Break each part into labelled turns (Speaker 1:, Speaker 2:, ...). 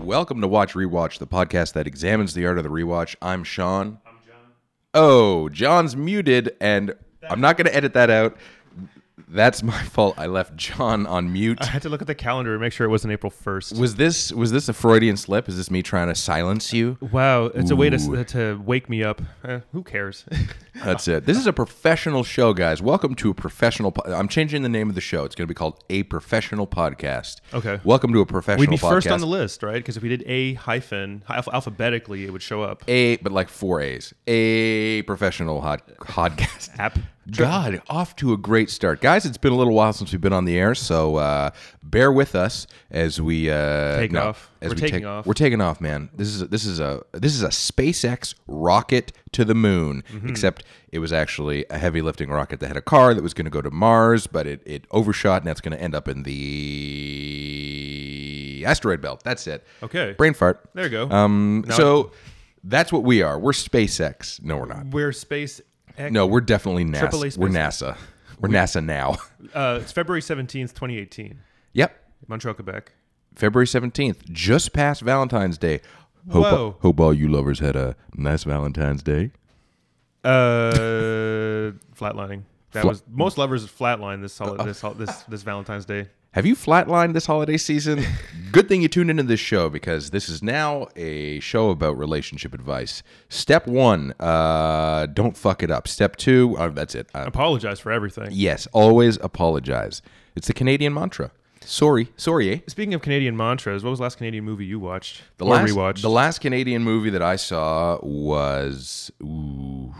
Speaker 1: Welcome to Watch Rewatch, the podcast that examines the art of the rewatch. I'm Sean. I'm John. Oh, John's muted, and I'm not going to edit that out. That's my fault. I left John on mute.
Speaker 2: I had to look at the calendar to make sure it wasn't April 1st.
Speaker 1: Was this was this a Freudian slip? Is this me trying to silence you?
Speaker 2: Wow, it's a way to, to wake me up. Eh, who cares?
Speaker 1: That's it. This is a professional show, guys. Welcome to a professional. Po- I'm changing the name of the show. It's going to be called a professional podcast.
Speaker 2: Okay.
Speaker 1: Welcome to a professional.
Speaker 2: We'd be
Speaker 1: podcast.
Speaker 2: first on the list, right? Because if we did A hyphen alph- alphabetically, it would show up.
Speaker 1: a, but like four A's. A professional hot podcast.
Speaker 2: App.
Speaker 1: God, off to a great start, guys. It's been a little while since we've been on the air, so uh, bear with us as we uh,
Speaker 2: Take off.
Speaker 1: As
Speaker 2: We're
Speaker 1: we
Speaker 2: taking
Speaker 1: take,
Speaker 2: off.
Speaker 1: We're taking off, man. This is this is a this is a SpaceX rocket to the moon.
Speaker 2: Mm-hmm.
Speaker 1: Except it was actually a heavy lifting rocket that had a car that was going to go to Mars, but it it overshot, and that's going to end up in the asteroid belt. That's it.
Speaker 2: Okay.
Speaker 1: Brain fart.
Speaker 2: There you go.
Speaker 1: Um. So. That's what we are. We're SpaceX. No, we're not.
Speaker 2: We're space. X.
Speaker 1: No, we're definitely
Speaker 2: Triple A
Speaker 1: NASA.
Speaker 2: space.
Speaker 1: We're NASA. We're NASA now.
Speaker 2: Uh, it's February 17th, 2018.
Speaker 1: yep.
Speaker 2: Montreal, Quebec.
Speaker 1: February 17th, just past Valentine's Day. Hope,
Speaker 2: Whoa.
Speaker 1: hope all you lovers had a nice Valentine's Day.
Speaker 2: Uh, flatlining.
Speaker 1: Fla-
Speaker 2: That
Speaker 1: Uh,
Speaker 2: was most lovers flatline this solid, this hol- this this Valentine's Day.
Speaker 1: Have you flatlined this holiday season? Good thing you tuned into this show because this is now a show about relationship advice. Step one, uh, don't fuck it up. Step two, uh, that's it. Uh,
Speaker 2: Apologize for everything.
Speaker 1: yes, always apologize. It's the Canadian mantra. Sorry, sorry, eh?
Speaker 2: Speaking of Canadian mantras, what was the last Canadian movie you watched
Speaker 1: The
Speaker 2: or
Speaker 1: last,
Speaker 2: rewatched?
Speaker 1: the last Canadian movie that I saw was ooh,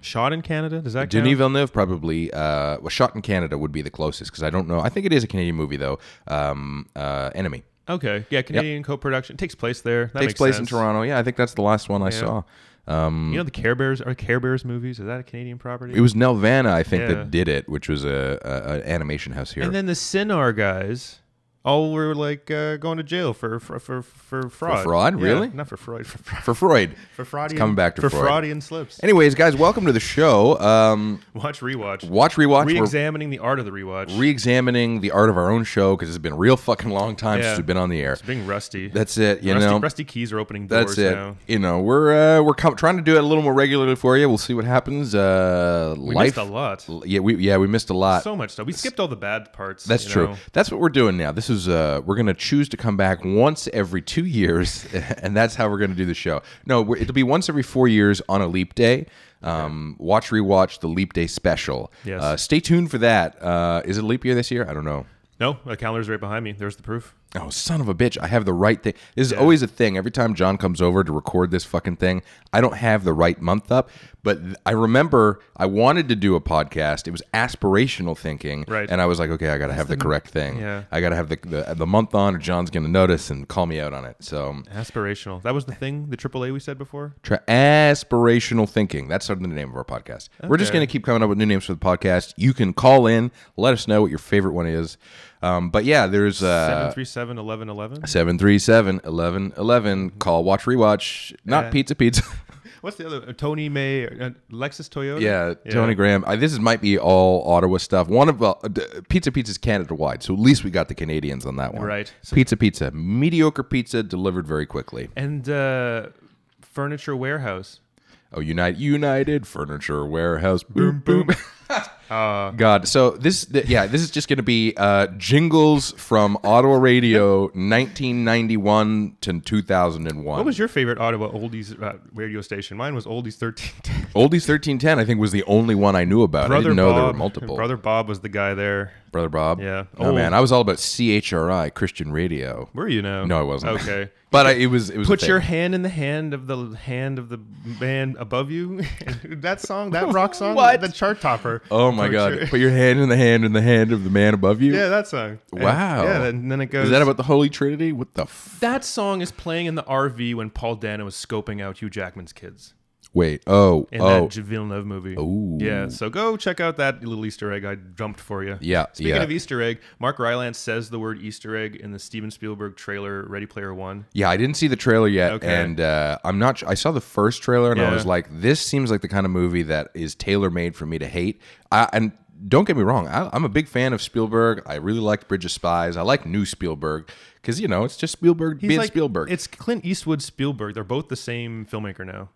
Speaker 2: Shot in Canada? Does that
Speaker 1: Denis
Speaker 2: count?
Speaker 1: Villeneuve, probably. Uh, well, Shot in Canada would be the closest because I don't know. I think it is a Canadian movie though. Um, uh, Enemy
Speaker 2: Okay, yeah, Canadian co-production It takes place there. That
Speaker 1: takes
Speaker 2: makes
Speaker 1: place in
Speaker 2: sense.
Speaker 1: Toronto. Yeah, I think that's the last one I saw.
Speaker 2: You know the Care Bears are Care Bears movies. Is that a Canadian property?
Speaker 1: It was Nelvana, I think,
Speaker 2: Yeah.
Speaker 1: that did it, which was a, a an animation house here.
Speaker 2: and then the Sinar guys all were like uh, going to jail for for for, for fraud.
Speaker 1: fraud?
Speaker 2: Yeah,
Speaker 1: Really?
Speaker 2: Not for fraud. For fraud.
Speaker 1: for Freud.
Speaker 2: For fraud.
Speaker 1: coming back to
Speaker 2: for
Speaker 1: Freud.
Speaker 2: fraudian slips.
Speaker 1: Anyways, guys, welcome to the show. Um,
Speaker 2: Watch rewatch.
Speaker 1: watch rewatch. We're-
Speaker 2: Re-examining the art of the rewatch.
Speaker 1: Re-examining the art of our own show because it's been a real fucking long time
Speaker 2: Yeah.
Speaker 1: since we've been on the air.
Speaker 2: Being rusty.
Speaker 1: That's it. You
Speaker 2: rusty,
Speaker 1: know,
Speaker 2: rusty keys are opening doors
Speaker 1: That's it.
Speaker 2: now.
Speaker 1: You know, we're uh, we're com- trying to do it a little more regularly for you. We'll see what happens. Uh,
Speaker 2: We
Speaker 1: life,
Speaker 2: missed a lot.
Speaker 1: yeah, we yeah we missed a lot.
Speaker 2: So much stuff. We skipped all the bad parts.
Speaker 1: That's
Speaker 2: you
Speaker 1: true.
Speaker 2: know.
Speaker 1: That's what we're doing now. This is uh, we're gonna choose to come back once every two years, and that's how we're gonna do the show. No, we're, it'll be once every four years on a leap day. Um, watch rewatch the leap day special.
Speaker 2: Yes.
Speaker 1: Uh, stay tuned for that. Uh, is it a leap year this year? I don't know.
Speaker 2: No, the calendar's right behind me. There's the proof.
Speaker 1: Oh, son of a bitch. I have the right thing. This is always a thing. Every time John comes over to record this fucking thing, I don't have the right month up. But th- I remember I wanted to do a podcast. It was aspirational thinking.
Speaker 2: Right.
Speaker 1: And I was like, okay, I got to have the, correct thing.
Speaker 2: yeah.
Speaker 1: I got to have the, the, the month on, or John's going to notice and call me out on it. So,
Speaker 2: Aspirational. That was the thing, the AAA we said before.
Speaker 1: tra- aspirational thinking. That's sort of the name of our podcast. We're just
Speaker 2: Okay.
Speaker 1: going to keep coming up with new names for the podcast. You can call in, let us know what your favorite one is. Um, but yeah, there's. Uh,
Speaker 2: 737 1111.
Speaker 1: 737 1111 call watch rewatch not
Speaker 2: Uh,
Speaker 1: pizza pizza
Speaker 2: What's the other? Tony May, uh, Lexus Toyota?
Speaker 1: yeah, tony graham I, this is, might be all ottawa stuff one of well, uh, d- pizza pizza's canada wide so at least we got the canadians on that one
Speaker 2: Right. So-
Speaker 1: pizza pizza mediocre pizza delivered very quickly
Speaker 2: And uh, Furniture Warehouse.
Speaker 1: oh unite united furniture warehouse boom boom Uh. god so this th- yeah this is just gonna be uh, jingles from ottawa radio 1991 to 2001
Speaker 2: What was your favorite Ottawa oldies uh, radio station? Mine was Oldies 1310.
Speaker 1: Oldies thirteen ten, I think, was the only one I knew about. I didn't know
Speaker 2: Bob,
Speaker 1: there were multiple. Brother,
Speaker 2: Brother Bob was the guy there.
Speaker 1: Bob.
Speaker 2: Yeah.
Speaker 1: Oh
Speaker 2: Old.
Speaker 1: man, I was all about CHRI Christian Radio,
Speaker 2: Where are you now?
Speaker 1: No, I wasn't.
Speaker 2: Okay.
Speaker 1: but I, it was it was. a
Speaker 2: Put
Speaker 1: thing.
Speaker 2: your hand in the hand of the hand of the man above you. that song, that rock song,
Speaker 1: What?
Speaker 2: the chart topper.
Speaker 1: oh my
Speaker 2: Put
Speaker 1: god!
Speaker 2: your-
Speaker 1: Put your hand in the hand in the hand of the man above you.
Speaker 2: yeah, that song. And-
Speaker 1: Wow.
Speaker 2: yeah, and then it goes.
Speaker 1: Is that about the Holy Trinity? What the f-
Speaker 2: That song is playing in the RV when Paul Dano was scoping out Hugh Jackman's kids
Speaker 1: wait? Oh
Speaker 2: in
Speaker 1: oh
Speaker 2: that J- Villeneuve movie.
Speaker 1: Ooh.
Speaker 2: Yeah, so go check out that little Easter egg I dumped for you.
Speaker 1: yeah
Speaker 2: Speaking
Speaker 1: yeah
Speaker 2: of Easter egg, Mark Rylance says the word Easter egg in the Steven Spielberg trailer Ready Player One.
Speaker 1: yeah. I didn't see the trailer yet,
Speaker 2: Okay.
Speaker 1: and uh, I'm not. su- I saw the first trailer, and I
Speaker 2: Yeah.
Speaker 1: was like, this seems like the kind of movie that is tailor made for me to hate. I, and don't get me wrong. I, I'm a big fan of Spielberg. I really liked Bridge of Spies. I like new Spielberg because you know it's just Spielberg being Spielberg.
Speaker 2: It's Clint Eastwood Spielberg. They're both the same filmmaker now.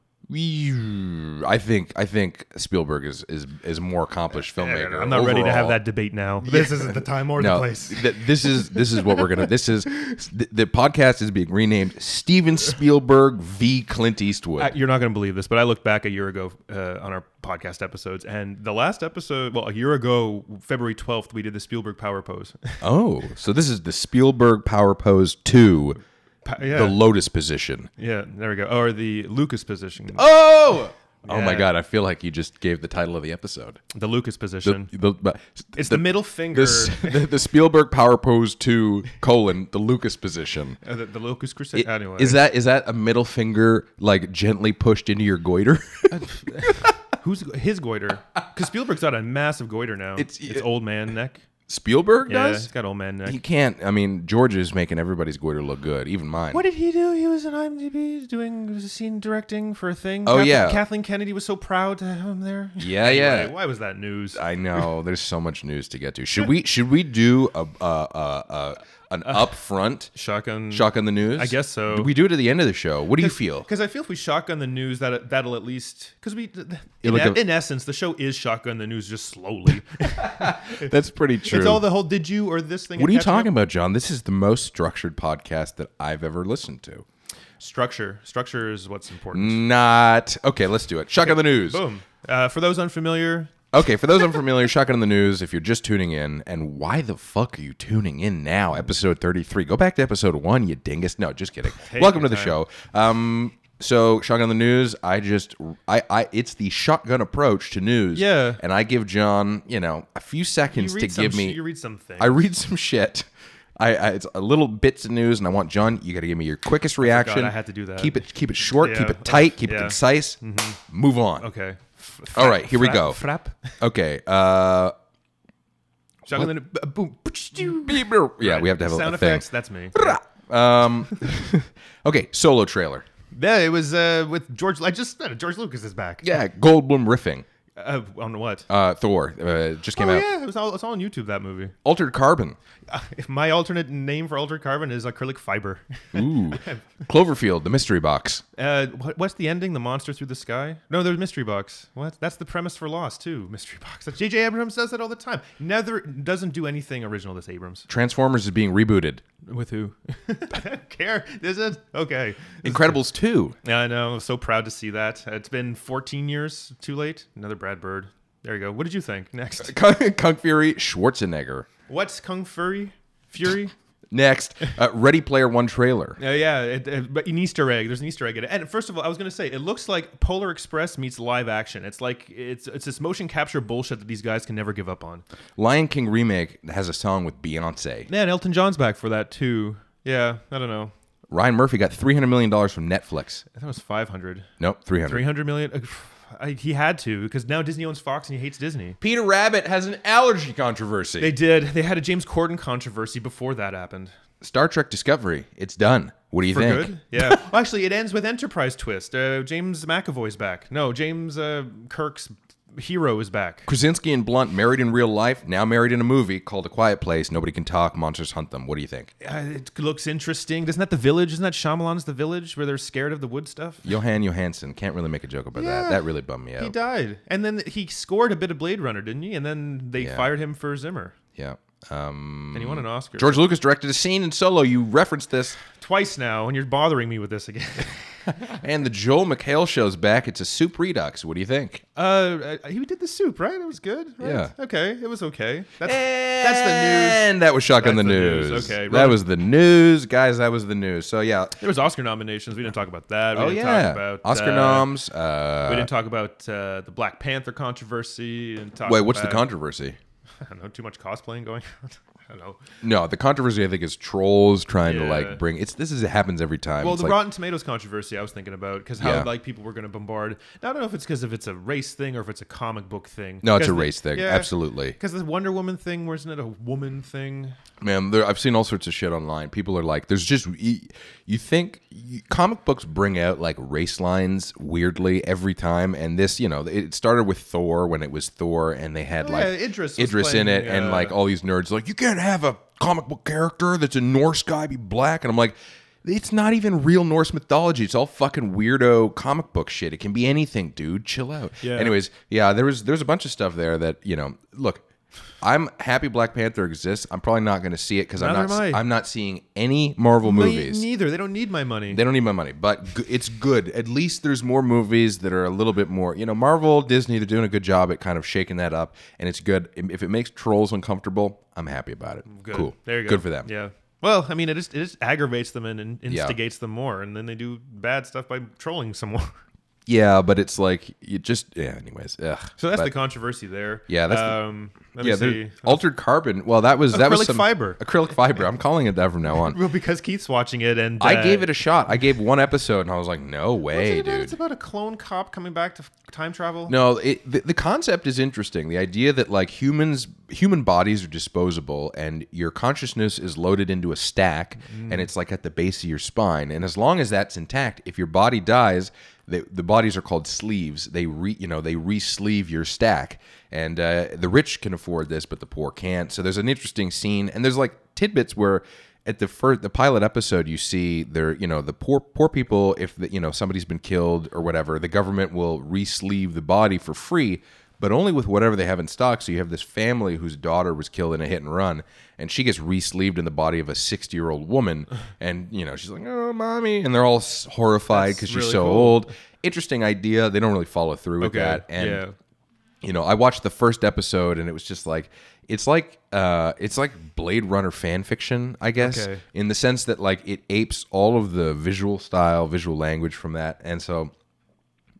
Speaker 1: I think I think Spielberg is is, is more accomplished filmmaker.
Speaker 2: I'm not ready to have
Speaker 1: overall.
Speaker 2: that debate now.
Speaker 3: This isn't the time or the
Speaker 1: No,
Speaker 3: place.
Speaker 1: th- this is this is what we're gonna. This is the, the podcast is being renamed Steven Spielberg v Clint Eastwood.
Speaker 2: I, you're not going to believe this, but I looked back a year ago uh, on our podcast episodes, and the last episode, well, a year ago, February 12th, we did the Spielberg power pose.
Speaker 1: oh, so this is the Spielberg power pose two,
Speaker 2: Pa- yeah,
Speaker 1: the lotus position.
Speaker 2: yeah, there we go. Or the Lucas position.
Speaker 1: Oh, oh my
Speaker 2: Yeah.
Speaker 1: God! I feel like you just gave the title of the episode.
Speaker 2: The Lucas position.
Speaker 1: The- but-
Speaker 2: it's the, middle finger.
Speaker 1: this- the, the Spielberg power pose two colon the Lucas position.
Speaker 2: uh, the, the Lucas Crusade. anyway,
Speaker 1: Is that is that a middle finger like gently pushed into your goiter?
Speaker 2: Uh, who's his goiter? Because Spielberg's got a massive goiter now.
Speaker 1: It's-
Speaker 2: It's, old man neck.
Speaker 1: Spielberg
Speaker 2: Yeah,
Speaker 1: does.
Speaker 2: he's got old man neck.
Speaker 1: He can't. I mean, George is making everybody's goiter look good, even mine.
Speaker 2: What did he do? He was in IMDb doing scene directing for a thing.
Speaker 1: Oh,
Speaker 2: Kathleen-
Speaker 1: yeah.
Speaker 2: Kathleen Kennedy was so proud to have him there.
Speaker 1: Yeah, yeah. Uh,
Speaker 2: Why, why was that news?
Speaker 1: I know. There's so much news to get to. Should we should we do a uh, uh, uh, an upfront
Speaker 2: Shotgun.
Speaker 1: shotgun the news?
Speaker 2: I guess so.
Speaker 1: Do we do it at the end of the show? What do you feel?
Speaker 2: Because I feel if we shotgun the news, that that'll at least because we, th- th- in,
Speaker 1: It'll
Speaker 2: e-
Speaker 1: give-
Speaker 2: in essence, the show is shotgun the news just slowly.
Speaker 1: That's pretty true.
Speaker 2: it's all the whole did you or this thing.
Speaker 1: what are
Speaker 2: and
Speaker 1: you
Speaker 2: catching up.
Speaker 1: talking about, John? This is the most structured podcast that I've ever listened to.
Speaker 2: Structure. Structure is what's
Speaker 1: Mm.
Speaker 2: important.
Speaker 1: Not okay. Let's do it. Shotgun the news.
Speaker 2: Boom. Uh, for those unfamiliar,
Speaker 1: Okay, for those unfamiliar, Shotgun in the News, if you're just tuning in, and why the fuck are you tuning in now? Episode 33. Go back to episode one, you dingus. No, just kidding. Welcome to
Speaker 2: your
Speaker 1: the
Speaker 2: time.
Speaker 1: show. Um, so Shotgun in the News, I just, I, I, it's the shotgun approach to news.
Speaker 2: Yeah.
Speaker 1: And I give John, you know, a few
Speaker 2: you
Speaker 1: seconds to
Speaker 2: read some
Speaker 1: give
Speaker 2: sh-
Speaker 1: me,
Speaker 2: you read something.
Speaker 1: I read some shit. I, I, it's a little bits of news, and I want John. You got to give me your quickest reaction.
Speaker 2: I had to do that.
Speaker 1: Keep it, keep it short, keep
Speaker 2: Yeah.
Speaker 1: it tight, keep it
Speaker 2: Yeah. Mm-hmm.
Speaker 1: concise. Move on.
Speaker 2: okay.
Speaker 1: All right, here we
Speaker 2: Frap-
Speaker 1: go.
Speaker 2: Frap.
Speaker 1: Okay. Uh,
Speaker 2: Shotgun the news. uh, Boom.
Speaker 1: yeah, we have to have a,
Speaker 2: Sound
Speaker 1: a thing.
Speaker 2: effects. That's me.
Speaker 1: Um, okay, solo trailer.
Speaker 2: Yeah, it was uh, with George. I just George Lucas is back.
Speaker 1: Yeah, Goldblum riffing.
Speaker 2: Uh, on what?
Speaker 1: Uh, Thor uh, just came
Speaker 2: oh
Speaker 1: out.
Speaker 2: yeah, it was all, it's all on YouTube. That movie.
Speaker 1: Altered Carbon.
Speaker 2: Uh, if my alternate name for altered carbon is acrylic fiber.
Speaker 1: Ooh. Cloverfield, the mystery box.
Speaker 2: Uh, what, what's the ending? The monster through the sky? No, there's mystery box. What? That's the premise for Lost too. Mystery box. That's- J.J. Abrams does that all the time. Neither doesn't do anything original. This Abrams
Speaker 1: Transformers is being rebooted.
Speaker 2: with who? I don't care. This is okay.
Speaker 1: Incredibles 2.
Speaker 2: Yeah, I know. I'm so proud to see that. Uh, It's been 14 years too late. Another Brad Bird. There you go. What did you think? Next.
Speaker 1: Kung, Kung Fury, Schwarzenegger.
Speaker 2: What's Kung Fury? Fury?
Speaker 1: Next, uh, Ready Player One trailer.
Speaker 2: Uh, yeah, it, it, but an Easter egg. There's an Easter egg in it. And first of all, I was gonna say it looks like Polar Express meets live action. It's like it's it's this motion capture bullshit that these guys can never give up on.
Speaker 1: Lion King remake has a song with Beyonce.
Speaker 2: Man, Elton John's back for that too. Yeah, I don't know.
Speaker 1: Ryan Murphy got $300 million from Netflix.
Speaker 2: I thought it was 500.
Speaker 1: Nope, 300.
Speaker 2: 300 million. Ugh, I, he had to because now Disney owns Fox and he hates Disney.
Speaker 1: Peter Rabbit has an allergy controversy.
Speaker 2: They did. They had a James Corden controversy before that happened.
Speaker 1: Star Trek Discovery. It's done. What do you
Speaker 2: For
Speaker 1: think?
Speaker 2: good? Yeah. well, actually, it ends with Enterprise twist. Uh, James McAvoy's back. No, James uh, Kirk's hero is back.
Speaker 1: Krasinski and Blunt married in real life, now married in a movie called A Quiet Place. Nobody can talk. Monsters hunt them. What do you think?
Speaker 2: Uh, it looks interesting. Isn't that the village? Isn't that Shyamalan's The Village where they're scared of the wood stuff?
Speaker 1: Johan Johansson can't really make a joke about that.
Speaker 2: Yeah.
Speaker 1: That really bummed me
Speaker 2: He
Speaker 1: out.
Speaker 2: died. And then he scored a bit of Blade Runner, didn't he? And then they fired him for Zimmer.
Speaker 1: Yeah. Um,
Speaker 2: And he won an Oscar.
Speaker 1: George Lucas directed a scene in Solo. You referenced this,
Speaker 2: Twice now, and you're bothering me with this again.
Speaker 1: and the Joel McHale show's back. It's a soup redux. What do you think?
Speaker 2: uh, uh, he did the soup, right? It was good. right?
Speaker 1: Yeah. Eh.
Speaker 2: Okay. It was okay. That's,
Speaker 1: That's
Speaker 2: the news.
Speaker 1: And that was shotgun the
Speaker 2: That's the
Speaker 1: news.
Speaker 2: news. Okay,
Speaker 1: that
Speaker 2: Robert-
Speaker 1: was the news, guys. That was the news. So yeah.
Speaker 2: there was Oscar nominations. We didn't talk about that. We
Speaker 1: Oh
Speaker 2: didn't
Speaker 1: yeah.
Speaker 2: talk about
Speaker 1: Oscar
Speaker 2: uh,
Speaker 1: noms. Uh,
Speaker 2: We didn't talk about uh, the Black Panther controversy. And talk
Speaker 1: wait, what's the
Speaker 2: about-
Speaker 1: controversy?
Speaker 2: I don't know. Too much cosplaying going on. don't know.
Speaker 1: No, the controversy I think is trolls trying to
Speaker 2: Yeah.
Speaker 1: like bring it's this is it happens every time.
Speaker 2: Well,
Speaker 1: it's
Speaker 2: the
Speaker 1: like,
Speaker 2: Rotten Tomatoes controversy I was thinking about because how
Speaker 1: Yeah.
Speaker 2: like people were going to bombard. Now, I don't know if it's because if it's a race thing or if it's a comic book thing.
Speaker 1: no, it's a race thing. Absolutely,
Speaker 2: Because the Wonder Woman thing wasn't it a woman thing?
Speaker 1: man. There, I've seen all sorts of shit online. People are like, "There's just you, you think you, comic books bring out like race lines weirdly every time." And this, you know, it started with Thor when it was Thor, and they had
Speaker 2: Oh,
Speaker 1: like
Speaker 2: yeah, Idris was
Speaker 1: Idris in
Speaker 2: playing,
Speaker 1: it, and
Speaker 2: uh,
Speaker 1: like all these nerds like, "You can't have a comic book character that's a Norse guy be black," and I'm like. It's not even real Norse mythology. It's all fucking weirdo comic book shit. It can be anything, dude. Chill out.
Speaker 2: Yeah.
Speaker 1: Anyways, yeah, there was there's a bunch of stuff there that you know. Look, I'm happy Black Panther exists. I'm probably not going to see it because I'm
Speaker 2: Neither
Speaker 1: not
Speaker 2: am I.
Speaker 1: I'm not seeing any Marvel
Speaker 2: Me
Speaker 1: movies.
Speaker 2: neither. They don't need my money.
Speaker 1: They don't need my money, but g- it's good. At least there's more movies that are a little bit more. You know, Marvel, Disney, they're doing a good job at kind of shaking that up, and it's good. If it makes trolls uncomfortable, I'm happy about it.
Speaker 2: Good.
Speaker 1: Cool.
Speaker 2: There you go.
Speaker 1: Good for them.
Speaker 2: Yeah. Well, I mean, it just it just aggravates them and, and
Speaker 1: Yeah.
Speaker 2: instigates them more, and then they do bad stuff by trolling some more.
Speaker 1: Yeah, but it's like you just. Yeah. Anyways. Ugh.
Speaker 2: So that's
Speaker 1: But-
Speaker 2: the controversy there.
Speaker 1: Yeah, that's the-
Speaker 2: um, let
Speaker 1: yeah,
Speaker 2: me
Speaker 1: there-
Speaker 2: see.
Speaker 1: altered carbon. Well, that was that was
Speaker 2: Acrylic
Speaker 1: some
Speaker 2: fiber.
Speaker 1: Acrylic fiber. I'm calling it that from now on.
Speaker 2: Well, because Keith's watching it, and
Speaker 1: I gave it a shot. I gave one episode, and I was like, "No way, dude!"
Speaker 2: It's about a clone cop coming back to f- time travel.
Speaker 1: No, it, the, the concept is interesting. The idea that like humans, human bodies are disposable, and your consciousness is loaded into a stack, and it's like at the base of your spine. And as long as that's intact, if your body dies, the, the bodies are called sleeves. They re, you know, they re-sleeve your stack. And uh, the rich can afford this, but the poor can't. So there's an interesting scene, and there's like tidbits where at the first the pilot episode you see there you know the poor poor people if the, you know somebody's been killed or whatever the government will re-sleeve the body for free but only with whatever they have in stock so you have this family whose daughter was killed in a hit and run and she gets re-sleeved in the body of a 60 year old woman and you know she's like oh mommy and they're all s- horrified because
Speaker 2: That's
Speaker 1: she's
Speaker 2: really
Speaker 1: so
Speaker 2: cool.
Speaker 1: old interesting idea they don't really follow through with that and
Speaker 2: yeah.
Speaker 1: you know, I watched the first episode and it was just like it's like uh it's like Blade Runner fan fiction, I guess,
Speaker 2: Okay.
Speaker 1: in the sense that like it apes all of the visual style, visual language from that. And so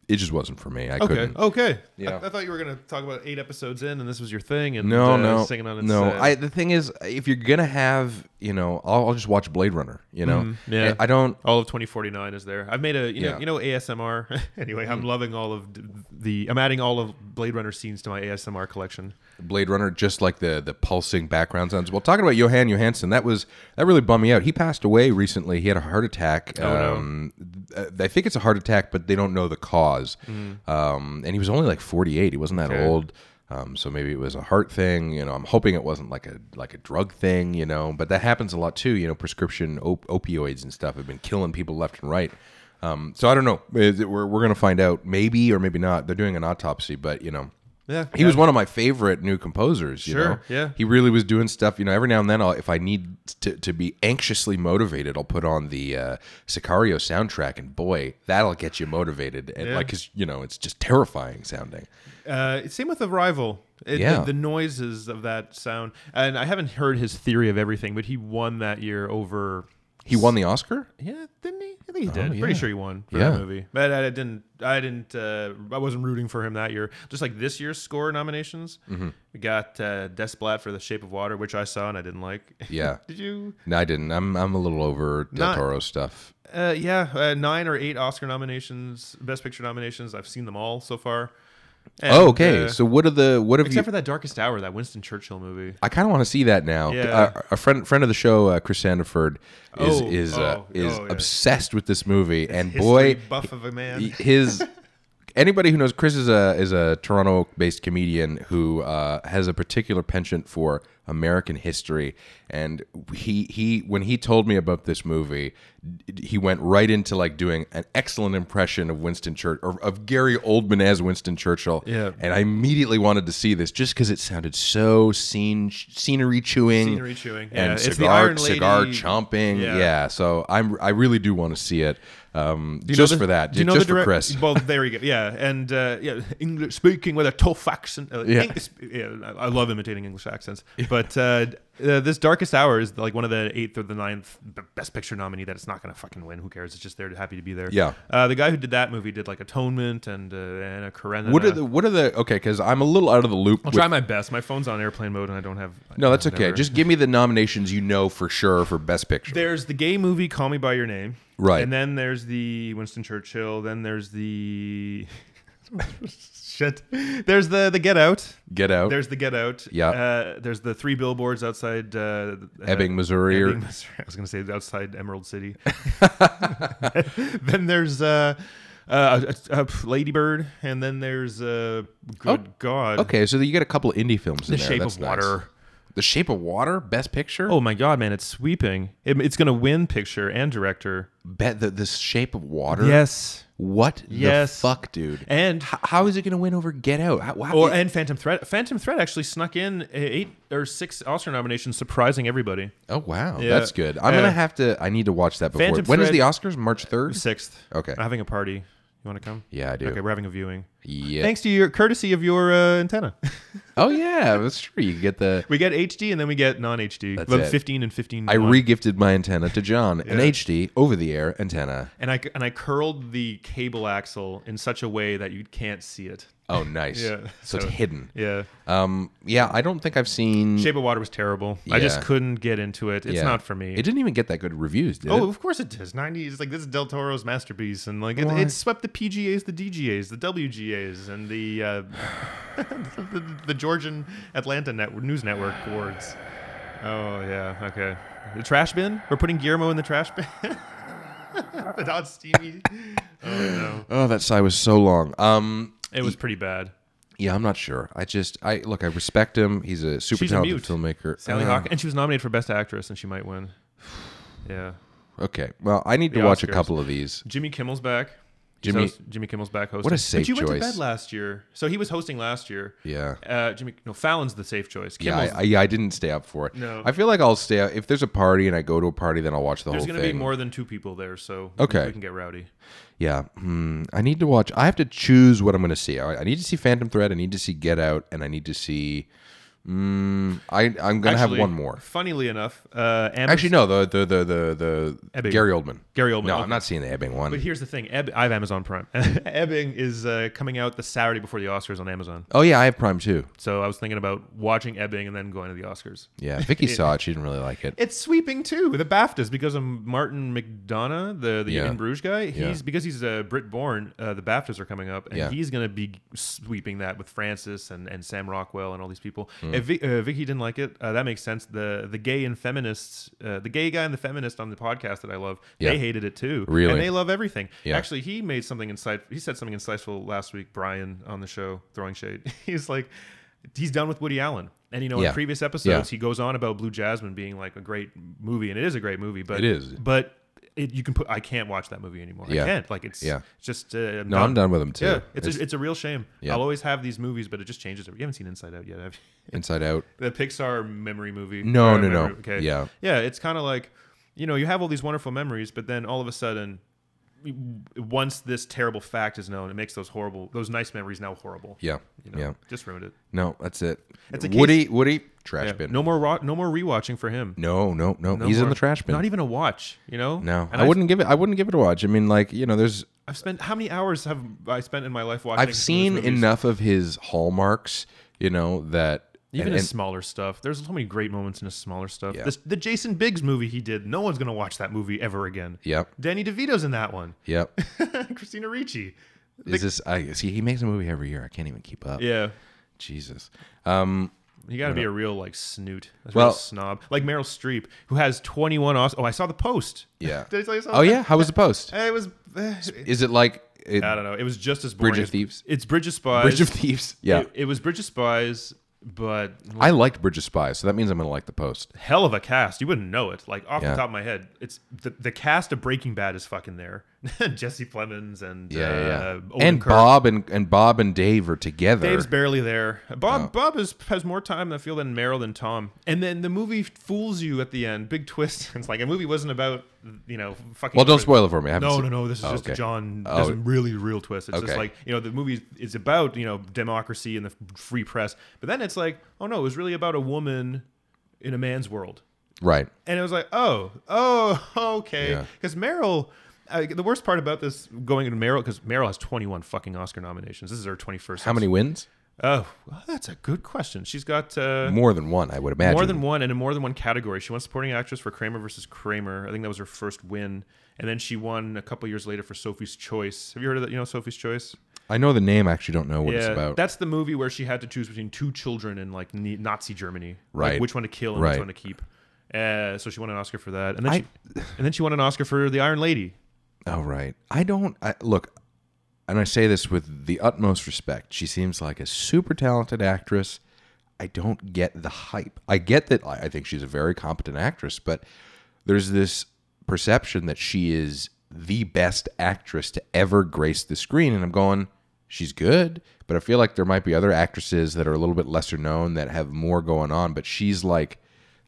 Speaker 1: it just wasn't for me. I
Speaker 2: Okay.
Speaker 1: couldn't.
Speaker 2: Okay.
Speaker 1: Yeah.
Speaker 2: I, I thought you were gonna talk about eight episodes in, and this was your thing, and
Speaker 1: No,
Speaker 2: uh,
Speaker 1: no,
Speaker 2: singing on its,
Speaker 1: no.
Speaker 2: uh,
Speaker 1: I the thing is, if you're gonna have, you know, I'll, I'll just watch Blade Runner. You know,
Speaker 2: Mm, yeah.
Speaker 1: I don't.
Speaker 2: all of 2049 is there. I've made a you know
Speaker 1: Yeah. Mm.
Speaker 2: you know ASMR. anyway, I'm loving all of d- the. I'm adding all of Blade Runner scenes to my ASMR collection.
Speaker 1: Blade Runner, just like the the pulsing background sounds. Well, talking about Johan Johansson, that was that really bummed me out. He passed away recently. He had a heart attack.
Speaker 2: Oh, no.
Speaker 1: um, th- I think it's a heart attack, but they don't know the cause. Um, and he was only like 48. He wasn't that
Speaker 2: Mm-hmm. Okay.
Speaker 1: old. Um, so maybe it was a heart thing, you know. I'm hoping it wasn't like a like a drug thing, you know. But that happens a lot too, you know. Prescription op- opioids and stuff have been killing people left and right. Um, so I don't know. Is it- We're we're gonna find out, maybe or maybe not. They're doing an autopsy, but you know,
Speaker 2: Yeah,
Speaker 1: he was one of my favorite new composers. You
Speaker 2: Sure,
Speaker 1: know?
Speaker 2: yeah.
Speaker 1: He really was doing stuff. You know, every now and then, I'll, if I need to, to be anxiously motivated, I'll put on the uh, Sicario soundtrack, and boy, that'll get you motivated. And
Speaker 2: Yeah.
Speaker 1: like, cause you know, it's just terrifying sounding.
Speaker 2: Uh, same with Arrival. It,
Speaker 1: Yeah.
Speaker 2: the, the noises of that sound, and I haven't heard his theory of everything, but he won that year over.
Speaker 1: He won the Oscar.
Speaker 2: Yeah, didn't he? I think he did.
Speaker 1: yeah.
Speaker 2: Uh-huh, Pretty sure he won for
Speaker 1: Yeah.
Speaker 2: that movie, but I didn't. I didn't. Uh, I wasn't rooting for him that year. Just like this year's score nominations,
Speaker 1: Mm-hmm.
Speaker 2: we got uh, Desplat for The Shape of Water, which I saw and I didn't like.
Speaker 1: Yeah.
Speaker 2: did you?
Speaker 1: No, I didn't. I'm I'm a little over Del
Speaker 2: Not-
Speaker 1: Toro stuff.
Speaker 2: Uh, yeah, uh, nine or eight Oscar nominations, Best Picture nominations. I've seen them all so far. And,
Speaker 1: oh, okay.
Speaker 2: uh,
Speaker 1: so what are the what have
Speaker 2: except
Speaker 1: you?
Speaker 2: for that Darkest Hour, that Winston Churchill movie.
Speaker 1: I kind of want to see that now.
Speaker 2: Yeah.
Speaker 1: Uh, a friend friend of the show, uh, Chris Sandiford, is
Speaker 2: Oh,
Speaker 1: is uh,
Speaker 2: oh,
Speaker 1: is
Speaker 2: oh, yeah.
Speaker 1: obsessed with this movie, and
Speaker 2: History
Speaker 1: boy,
Speaker 2: buff of a man.
Speaker 1: He- his anybody who knows Chris is a is a Toronto based comedian who uh, has a particular penchant for American history, and he he when he told me about this movie, d- he went right into like doing an excellent impression of Winston Churchill or of Gary Oldman as Winston Churchill.
Speaker 2: Yeah.
Speaker 1: and I immediately wanted to see this just because it sounded so scene scenery chewing,
Speaker 2: Scenery chewing.
Speaker 1: and
Speaker 2: Yeah, it's the
Speaker 1: cigar
Speaker 2: Iron Lady-
Speaker 1: cigar chomping. Yeah.
Speaker 2: Yeah.
Speaker 1: so I'm I really do want to see it. Um,
Speaker 2: Do you know
Speaker 1: just
Speaker 2: the-
Speaker 1: for that,
Speaker 2: do you know
Speaker 1: just
Speaker 2: the direct-
Speaker 1: for Chris.
Speaker 2: Well, there you go. Yeah, and uh, yeah, English speaking with a tough accent. Uh,
Speaker 1: Yeah.
Speaker 2: English, yeah, I I love imitating English accents. But But uh, uh, this Darkest Hour is like one of the eighth or the ninth b- Best Picture nominee that it's not going to fucking win. Who cares? It's just there to happy to be there.
Speaker 1: Yeah.
Speaker 2: Uh, the guy who did that movie did like Atonement and uh, Anna Karenina.
Speaker 1: What are the what are the okay? Because I'm a little out of the loop.
Speaker 2: I'll
Speaker 1: with-
Speaker 2: try my best. My phone's on airplane mode and I don't have.
Speaker 1: no, that's
Speaker 2: uh,
Speaker 1: okay.
Speaker 2: whatever.
Speaker 1: Just give me the nominations you know for sure for Best Picture.
Speaker 2: There's the gay movie Call Me by Your Name.
Speaker 1: Right.
Speaker 2: And then there's the Winston Churchill. Then there's the shit. There's the the Get Out.
Speaker 1: Get Out,
Speaker 2: There's the Get Out.
Speaker 1: Yeah.
Speaker 2: Uh, there's the three billboards outside uh,
Speaker 1: Ebbing, Missouri,
Speaker 2: Ebbing,
Speaker 1: or-
Speaker 2: Missouri. I was gonna say outside Emerald City. then there's uh, uh, uh, Ladybird, and then there's uh, Good God.
Speaker 1: Oh, Okay, so you get a couple of indie films. in
Speaker 2: The
Speaker 1: there.
Speaker 2: Shape
Speaker 1: That's
Speaker 2: of
Speaker 1: nice.
Speaker 2: Water.
Speaker 1: The Shape of Water, Best Picture.
Speaker 2: Oh my God, man! It's sweeping. It, it's gonna win picture and director.
Speaker 1: bet the, the Shape of Water.
Speaker 2: Yes.
Speaker 1: What
Speaker 2: Yes.
Speaker 1: the fuck, dude?
Speaker 2: And
Speaker 1: H- how is it going to win over Get Out? How, how-
Speaker 2: Or and Phantom Thread. Phantom Thread actually snuck in eight or six Oscar nominations, surprising everybody.
Speaker 1: oh wow,
Speaker 2: Yeah.
Speaker 1: that's good. I'm
Speaker 2: Yeah.
Speaker 1: gonna have to. I need to watch that before.
Speaker 2: Phantom
Speaker 1: when is
Speaker 2: Thread-
Speaker 1: the Oscars? March third.
Speaker 2: Sixth.
Speaker 1: Okay.
Speaker 2: I'm having a party. You want to come?
Speaker 1: Yeah, I do.
Speaker 2: Okay, we're having a viewing.
Speaker 1: Yeah.
Speaker 2: Thanks to your courtesy of your uh, antenna,
Speaker 1: Oh yeah, that's true. You get the.
Speaker 2: we get HD and then we get non-HD.
Speaker 1: That's
Speaker 2: Well,
Speaker 1: it.
Speaker 2: 15 and 15.
Speaker 1: I
Speaker 2: one.
Speaker 1: regifted my antenna to John, an
Speaker 2: Yeah.
Speaker 1: HD over-the-air antenna.
Speaker 2: and I and I curled the cable axle in such a way that you can't see it.
Speaker 1: Oh, nice.
Speaker 2: Yeah,
Speaker 1: So,
Speaker 2: so-
Speaker 1: it's hidden.
Speaker 2: Yeah.
Speaker 1: Um, yeah, I don't think I've seen.
Speaker 2: Shape of Water was terrible. I
Speaker 1: Yeah.
Speaker 2: just couldn't get into it. It's
Speaker 1: Yeah.
Speaker 2: not for me.
Speaker 1: It didn't even get that good reviews, did
Speaker 2: Oh,
Speaker 1: it?
Speaker 2: of course it does. 90 is like this is Del Toro's masterpiece, and like it,
Speaker 1: What?
Speaker 2: it swept the PGAs, the DGAs, the WGAs, and the uh, the, the Georgian Atlanta net- News Network awards. Oh yeah, okay. The trash bin. We're putting Guillermo in the trash bin. the Don Steamy. Oh no,
Speaker 1: Oh, that sigh was so long. Um,
Speaker 2: it was pretty bad.
Speaker 1: yeah, I'm not sure. I just, I look, I respect him. He's a super
Speaker 2: She's a
Speaker 1: talented
Speaker 2: mute.
Speaker 1: filmmaker.
Speaker 2: Sally
Speaker 1: Uh,
Speaker 2: Hawk, and she was nominated for Best Actress, and she might win. Yeah.
Speaker 1: Okay, well, I need to
Speaker 2: The
Speaker 1: watch a
Speaker 2: Oscars.
Speaker 1: couple of these.
Speaker 2: Jimmy Kimmel's back. He's
Speaker 1: Jimmy-
Speaker 2: host- Jimmy Kimmel's back hosting.
Speaker 1: What a safe
Speaker 2: But you went
Speaker 1: choice.
Speaker 2: to bed last year, so he was hosting last year.
Speaker 1: Yeah.
Speaker 2: Uh, Jimmy, no, Fallon's the safe choice.
Speaker 1: Yeah, I,
Speaker 2: Kimmel's,
Speaker 1: I, yeah, I didn't stay up for it.
Speaker 2: No.
Speaker 1: I feel like I'll stay up. If there's a party and I go to a party, then I'll watch the
Speaker 2: there's
Speaker 1: whole
Speaker 2: going
Speaker 1: thing.
Speaker 2: to be more than two people there, so
Speaker 1: Okay.
Speaker 2: we can get rowdy.
Speaker 1: Yeah, hmm, I need to watch. I have to choose what I'm going to see. I, I need to see Phantom Thread. I need to see Get Out, and I need to see. Mm, I I'm going to have
Speaker 2: Actually,
Speaker 1: one more.
Speaker 2: Funnily enough, uh, Amber,
Speaker 1: Actually, no. The the the the, the
Speaker 2: Ebbing.
Speaker 1: Gary Oldman.
Speaker 2: Gary Oldman.
Speaker 1: No,
Speaker 2: okay.
Speaker 1: I'm not seeing the Ebbing
Speaker 2: But
Speaker 1: one.
Speaker 2: here's the thing: Eb, I have Amazon Prime. Ebbing is uh, coming out the Saturday before the Oscars on Amazon,
Speaker 1: Oh yeah, I have Prime too.
Speaker 2: so I was thinking about watching Ebbing and then going to the Oscars.
Speaker 1: Yeah, Vicky saw it. She didn't really like it.
Speaker 2: It's sweeping too. The BAFTAs because of Martin McDonough, the the
Speaker 1: Yeah.
Speaker 2: in Bruges guy. He's
Speaker 1: Yeah.
Speaker 2: because he's a Brit born. Uh, the BAFTAs are coming up, and
Speaker 1: Yeah.
Speaker 2: he's going to be sweeping that with Francis and, and Sam Rockwell and all these people.
Speaker 1: Hmm.
Speaker 2: If Vic, uh, Vicky didn't like it, uh, that makes sense. The the gay and feminists, uh, the gay guy and the feminist on the podcast that I love,
Speaker 1: Yeah.
Speaker 2: they hated it too.
Speaker 1: Really?
Speaker 2: and they love everything.
Speaker 1: Yeah.
Speaker 2: Actually, he made something insightful. He said something insightful last week. Brian on the show throwing shade. he's like, he's done with Woody Allen. And you know,
Speaker 1: Yeah.
Speaker 2: in previous episodes,
Speaker 1: Yeah.
Speaker 2: he goes on about Blue Jasmine being like a great movie, and it is a great movie, but
Speaker 1: It is.
Speaker 2: But it, you can put I can't watch that movie anymore.
Speaker 1: Yeah.
Speaker 2: I can't. Like it's
Speaker 1: Yeah.
Speaker 2: just uh, I'm
Speaker 1: No, I'm done with them too.
Speaker 2: Yeah, it's,
Speaker 1: It's
Speaker 2: a, it's a real shame.
Speaker 1: Yeah.
Speaker 2: I'll always have these movies, but it just changes. Every, you haven't seen Inside Out yet, have you?
Speaker 1: Inside Out.
Speaker 2: The Pixar memory movie.
Speaker 1: No,
Speaker 2: Or
Speaker 1: no, no.
Speaker 2: memory- Okay.
Speaker 1: Yeah.
Speaker 2: yeah. It's kind of like you know you have all these wonderful memories, but then all of a sudden. Once this terrible fact is known, it makes those horrible, those nice memories now horrible.
Speaker 1: Yeah,
Speaker 2: you know?
Speaker 1: yeah.
Speaker 2: just ruined it.
Speaker 1: No, that's it.
Speaker 2: It's a case-
Speaker 1: Woody. Woody. Trash
Speaker 2: Yeah.
Speaker 1: bin.
Speaker 2: No more, ro- no more rewatching for him.
Speaker 1: No, no, no.
Speaker 2: No
Speaker 1: He's in
Speaker 2: more.
Speaker 1: the trash bin.
Speaker 2: Not even a watch, you know?
Speaker 1: no,
Speaker 2: And
Speaker 1: I wouldn't give it. I wouldn't give it a watch. I mean, like you know, there's
Speaker 2: I've spent how many hours have I spent in my life watching?
Speaker 1: I've
Speaker 2: those
Speaker 1: seen
Speaker 2: movies?
Speaker 1: enough of his hallmarks, you know, that
Speaker 2: Even
Speaker 1: and-
Speaker 2: his
Speaker 1: and-
Speaker 2: smaller stuff. There's so many great moments in his smaller stuff.
Speaker 1: Yeah.
Speaker 2: This, the Jason Biggs movie he did. No one's gonna watch that movie ever again.
Speaker 1: yep,
Speaker 2: Danny DeVito's in that one.
Speaker 1: yep.
Speaker 2: Christina Ricci.
Speaker 1: Is this I see he makes a movie every year. I can't even keep up.
Speaker 2: Yeah.
Speaker 1: Jesus. Um
Speaker 2: You got to be a real like snoot, a real
Speaker 1: Well-
Speaker 2: snob, like Meryl Streep, who has 21 Oscars. Oh, I saw the post.
Speaker 1: yeah.
Speaker 2: Did I tell you something?
Speaker 1: oh yeah, how was the post?
Speaker 2: It was. eh,
Speaker 1: Is it like it,
Speaker 2: I don't know. It was just as boring.
Speaker 1: Bridge of
Speaker 2: as-
Speaker 1: Thieves?
Speaker 2: It's Bridge of Spies.
Speaker 1: Bridge of Thieves? Yeah.
Speaker 2: It, it was Bridge of Spies, but
Speaker 1: I liked Bridge of Spies, so that means I'm going to like the post.
Speaker 2: hell of a cast. You wouldn't know it. Like off
Speaker 1: Yeah.
Speaker 2: the top of my head, it's the, the cast of Breaking Bad is fucking there. Jesse Plemons and
Speaker 1: Yeah,
Speaker 2: uh,
Speaker 1: yeah, yeah.
Speaker 2: Owen
Speaker 1: and
Speaker 2: Kirk.
Speaker 1: Bob and, and Bob and Dave are together.
Speaker 2: Dave's barely there.
Speaker 1: Oh.
Speaker 2: Bob Bob is, has more time I feel than Meryl than Tom. And then the movie fools you at the end. Big twist. It's like a movie wasn't about you know fucking.
Speaker 1: well, don't spoil it for me. I haven't
Speaker 2: No,
Speaker 1: seen-
Speaker 2: no, no. This is just
Speaker 1: okay.
Speaker 2: John.
Speaker 1: Oh.
Speaker 2: There's a really real twist. It's
Speaker 1: Okay.
Speaker 2: just like you know the movie is about you know democracy and the free press, but then it's like oh no, it was really about a woman in a man's world.
Speaker 1: Right.
Speaker 2: And it was like, oh, oh, okay.
Speaker 1: Yeah.
Speaker 2: Because Meryl, uh, the worst part about this going into Meryl, because Meryl has 21 fucking Oscar nominations. This is her 21st.
Speaker 1: How many wins?
Speaker 2: Oh, well, that's a good question. She's got uh,
Speaker 1: More than one, I would imagine.
Speaker 2: more than one and in more than one category. She won supporting actress for Kramer versus Kramer. I think that was her first win. And then she won a couple years later for Sophie's Choice. Have you heard of that? You know Sophie's Choice?
Speaker 1: I know the name. I actually don't know what it's about.
Speaker 2: that's the movie where she had to choose between two children in like Ni- Nazi Germany, Like,
Speaker 1: Right.
Speaker 2: which one to kill and which
Speaker 1: Right.
Speaker 2: one to keep. Uh, so she won an Oscar for that, and then she, and then she won an Oscar for The Iron Lady.
Speaker 1: oh, right. I don't. I, look, and I say this with the utmost respect. She seems like a super talented actress. I don't get the hype. I get that I, I think she's a very competent actress, but there's this perception that she is the best actress to ever grace the screen. And I'm going, she's good, but I feel like there might be other actresses that are a little bit lesser known that have more going on, but she's like,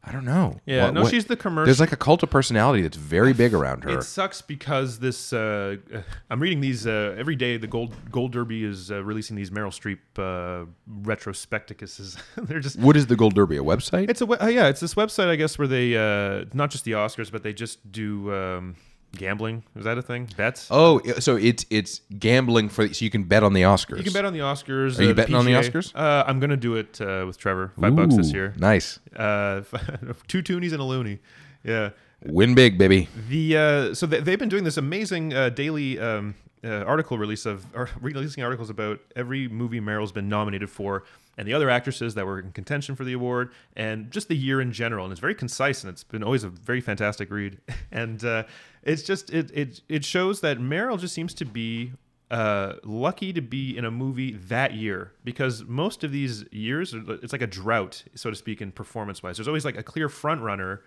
Speaker 1: I don't know.
Speaker 2: Yeah,
Speaker 1: What-
Speaker 2: no,
Speaker 1: what-
Speaker 2: she's the commercial.
Speaker 1: There's like a cult of personality that's very big around her.
Speaker 2: It sucks because this. Uh, uh, I'm reading these uh, every day. The Gold Gold Derby is uh, releasing these Meryl Streep uh, retrospecticuses. They're just.
Speaker 1: What is the Gold Derby? A website?
Speaker 2: It's a we- uh, yeah. It's this website, I guess, where they uh, not just the Oscars, but they just do um, gambling. Is that a thing? Bets.
Speaker 1: oh, i- so it's it's gambling for so you can bet on the Oscars.
Speaker 2: You can bet on the Oscars.
Speaker 1: Are you
Speaker 2: the
Speaker 1: betting on the
Speaker 2: PGA.
Speaker 1: Oscars?
Speaker 2: Uh, I'm gonna do it uh, with Trevor. Five bucks this
Speaker 1: Ooh,
Speaker 2: year.
Speaker 1: Nice.
Speaker 2: Uh, two toonies and a loony. Yeah.
Speaker 1: Win big, baby.
Speaker 2: The uh, so they, they've been doing this amazing uh, daily um, uh, article release of or releasing articles about every movie Meryl's been nominated for and the other actresses that were in contention for the award and just the year in general. And it's very concise and it's been always a very fantastic read. And uh, it's just it it it shows that Meryl just seems to be uh, lucky to be in a movie that year because most of these years are- it's like a drought, so to speak, in performance wise. There's always like a clear front runner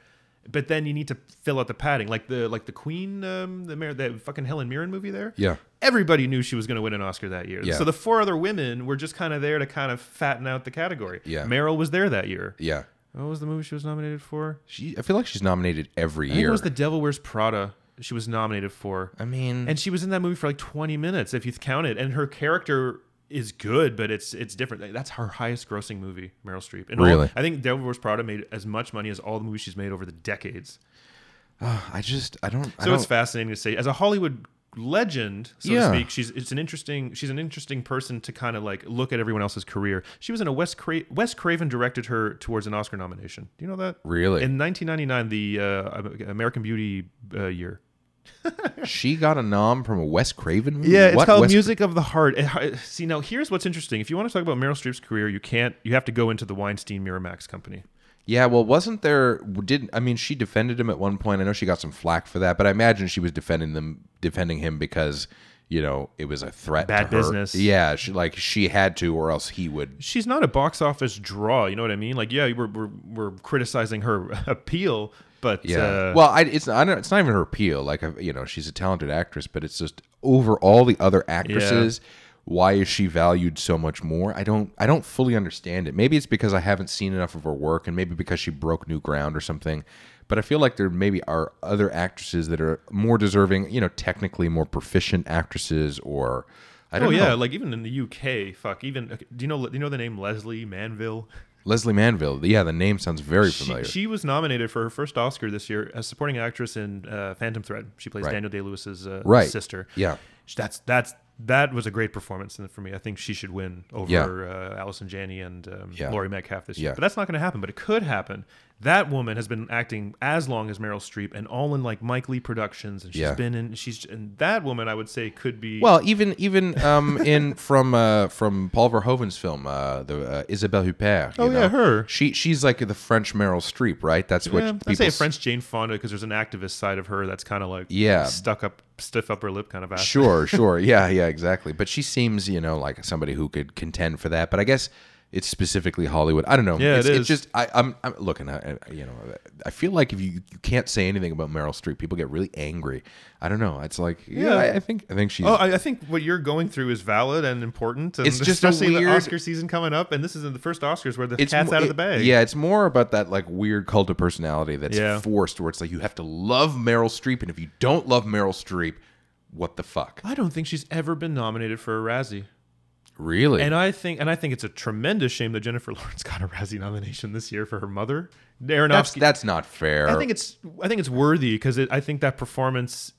Speaker 2: but then you need to fill out the padding, like the like the Queen, um, the Mar- that fucking Helen Mirren movie there.
Speaker 1: Yeah.
Speaker 2: everybody knew she was going to win an Oscar that year.
Speaker 1: Yeah.
Speaker 2: So the four other women were just kind of there to kind of fatten out the category.
Speaker 1: Yeah.
Speaker 2: Meryl was there that year.
Speaker 1: Yeah.
Speaker 2: What was the movie she was nominated for?
Speaker 1: She. I feel like she's nominated every
Speaker 2: I think
Speaker 1: year.
Speaker 2: it was The Devil Wears Prada. She was nominated for,
Speaker 1: I mean,
Speaker 2: and she was in that movie for like 20 minutes if you count it. And her character is good, but it's it's different. That's her highest grossing movie, Meryl Streep. And all-
Speaker 1: Really?
Speaker 2: I think Devil Wears Prada made as much money as all the movies she's made over the decades.
Speaker 1: I just. I don't. I
Speaker 2: So it's
Speaker 1: don't-
Speaker 2: fascinating to see as a Hollywood legend, so
Speaker 1: Yeah.
Speaker 2: to speak. She's it's an interesting she's an interesting person to kind of like look at everyone else's career. She was in a Wes Cra- Wes Craven directed her towards an Oscar nomination. Do you know that?
Speaker 1: Really?
Speaker 2: In 1999, the uh, American Beauty uh, year.
Speaker 1: she got a nom from a Wes Craven movie.
Speaker 2: Yeah, it's
Speaker 1: What
Speaker 2: called
Speaker 1: Wes-
Speaker 2: Music of the Heart. It- see, now here's what's interesting. If you want to talk about Meryl Streep's career, you can't. You have to go into the Weinstein Miramax company.
Speaker 1: Yeah. Well, wasn't there? Didn't I mean? She defended him at one point. I know she got some flack for that, but I imagine she was defending them, defending him because you know it was a threat.
Speaker 2: Bad
Speaker 1: to her.
Speaker 2: business.
Speaker 1: Yeah. She like she had to, or else he would
Speaker 2: she's not a box office draw. You know what I mean? Like, yeah, we're we're, we're criticizing her appeal, but
Speaker 1: Yeah.
Speaker 2: uh,
Speaker 1: well, I, it's I don't, it's not even her appeal. Like I- you know, she's a talented actress, but it's just over all the other actresses. Why is she valued so much more? I don't I don't fully understand it. Maybe it's because I haven't seen enough of her work, and maybe because she broke new ground or something. But I feel like there maybe are other actresses that are more deserving. You know, technically more proficient actresses, or I don't
Speaker 2: oh
Speaker 1: know.
Speaker 2: yeah, like even in the UK, fuck. Even okay, do you know do you know the name Leslie Manville?
Speaker 1: Leslie Manville. Yeah, the name sounds very
Speaker 2: She,
Speaker 1: familiar.
Speaker 2: she was nominated for her first Oscar this year as supporting actress in uh, Phantom Thread. She plays
Speaker 1: Right.
Speaker 2: Daniel Day Lewis's uh,
Speaker 1: Right.
Speaker 2: sister.
Speaker 1: Yeah.
Speaker 2: Sh- that's that's that was a great performance for me. I think she should win over
Speaker 1: Yeah.
Speaker 2: uh, Allison Janney and um,
Speaker 1: Yeah.
Speaker 2: Laurie Metcalf this year.
Speaker 1: Yeah.
Speaker 2: But that's not going to happen. But it could happen. That woman has been acting as long as Meryl Streep and all in like Mike Lee Productions, and she's
Speaker 1: Yeah.
Speaker 2: been in. She's and that woman I would say could be
Speaker 1: Well, even even um, in from uh, from Paul Verhoeven's film, uh, the uh, Isabelle Huppert. you
Speaker 2: Oh, yeah,
Speaker 1: know?
Speaker 2: her.
Speaker 1: She she's like the French Meryl Streep, right? That's what
Speaker 2: Yeah,
Speaker 1: people.
Speaker 2: I say
Speaker 1: s-
Speaker 2: French Jane Fonda because there's an activist side of her that's kind of like
Speaker 1: Yeah.
Speaker 2: stuck up, stiff upper lip kind of ass.
Speaker 1: Sure, sure, yeah, yeah, exactly. But she seems, you know, like somebody who could contend for that. But I guess it's specifically Hollywood. I don't know.
Speaker 2: Yeah, it
Speaker 1: it's,
Speaker 2: is.
Speaker 1: it's just I, I'm I'm looking. I, I- you know, I feel like if you you can't say anything about Meryl Streep, people get really angry. I don't know. It's like yeah,
Speaker 2: Yeah.
Speaker 1: I, I think I think she's.
Speaker 2: Oh, I, I think what you're going through is valid and important. And
Speaker 1: It's just a
Speaker 2: especially the
Speaker 1: weird-
Speaker 2: Oscar season coming up, and this is in the first Oscars where the cat's
Speaker 1: mo-
Speaker 2: out of
Speaker 1: it-
Speaker 2: the bag.
Speaker 1: Yeah, it's more about that like weird cult of personality that's
Speaker 2: Yeah.
Speaker 1: forced, where it's like you have to love Meryl Streep, and if you don't love Meryl Streep, what the fuck?
Speaker 2: I don't think she's ever been nominated for a Razzie.
Speaker 1: Really?
Speaker 2: And I think and I think it's a tremendous shame that Jennifer Lawrence got a Razzie nomination this year for her mother.
Speaker 1: that's
Speaker 2: Aronofsky.
Speaker 1: that's not fair.
Speaker 2: I think it's I think it's worthy because it, I think that performance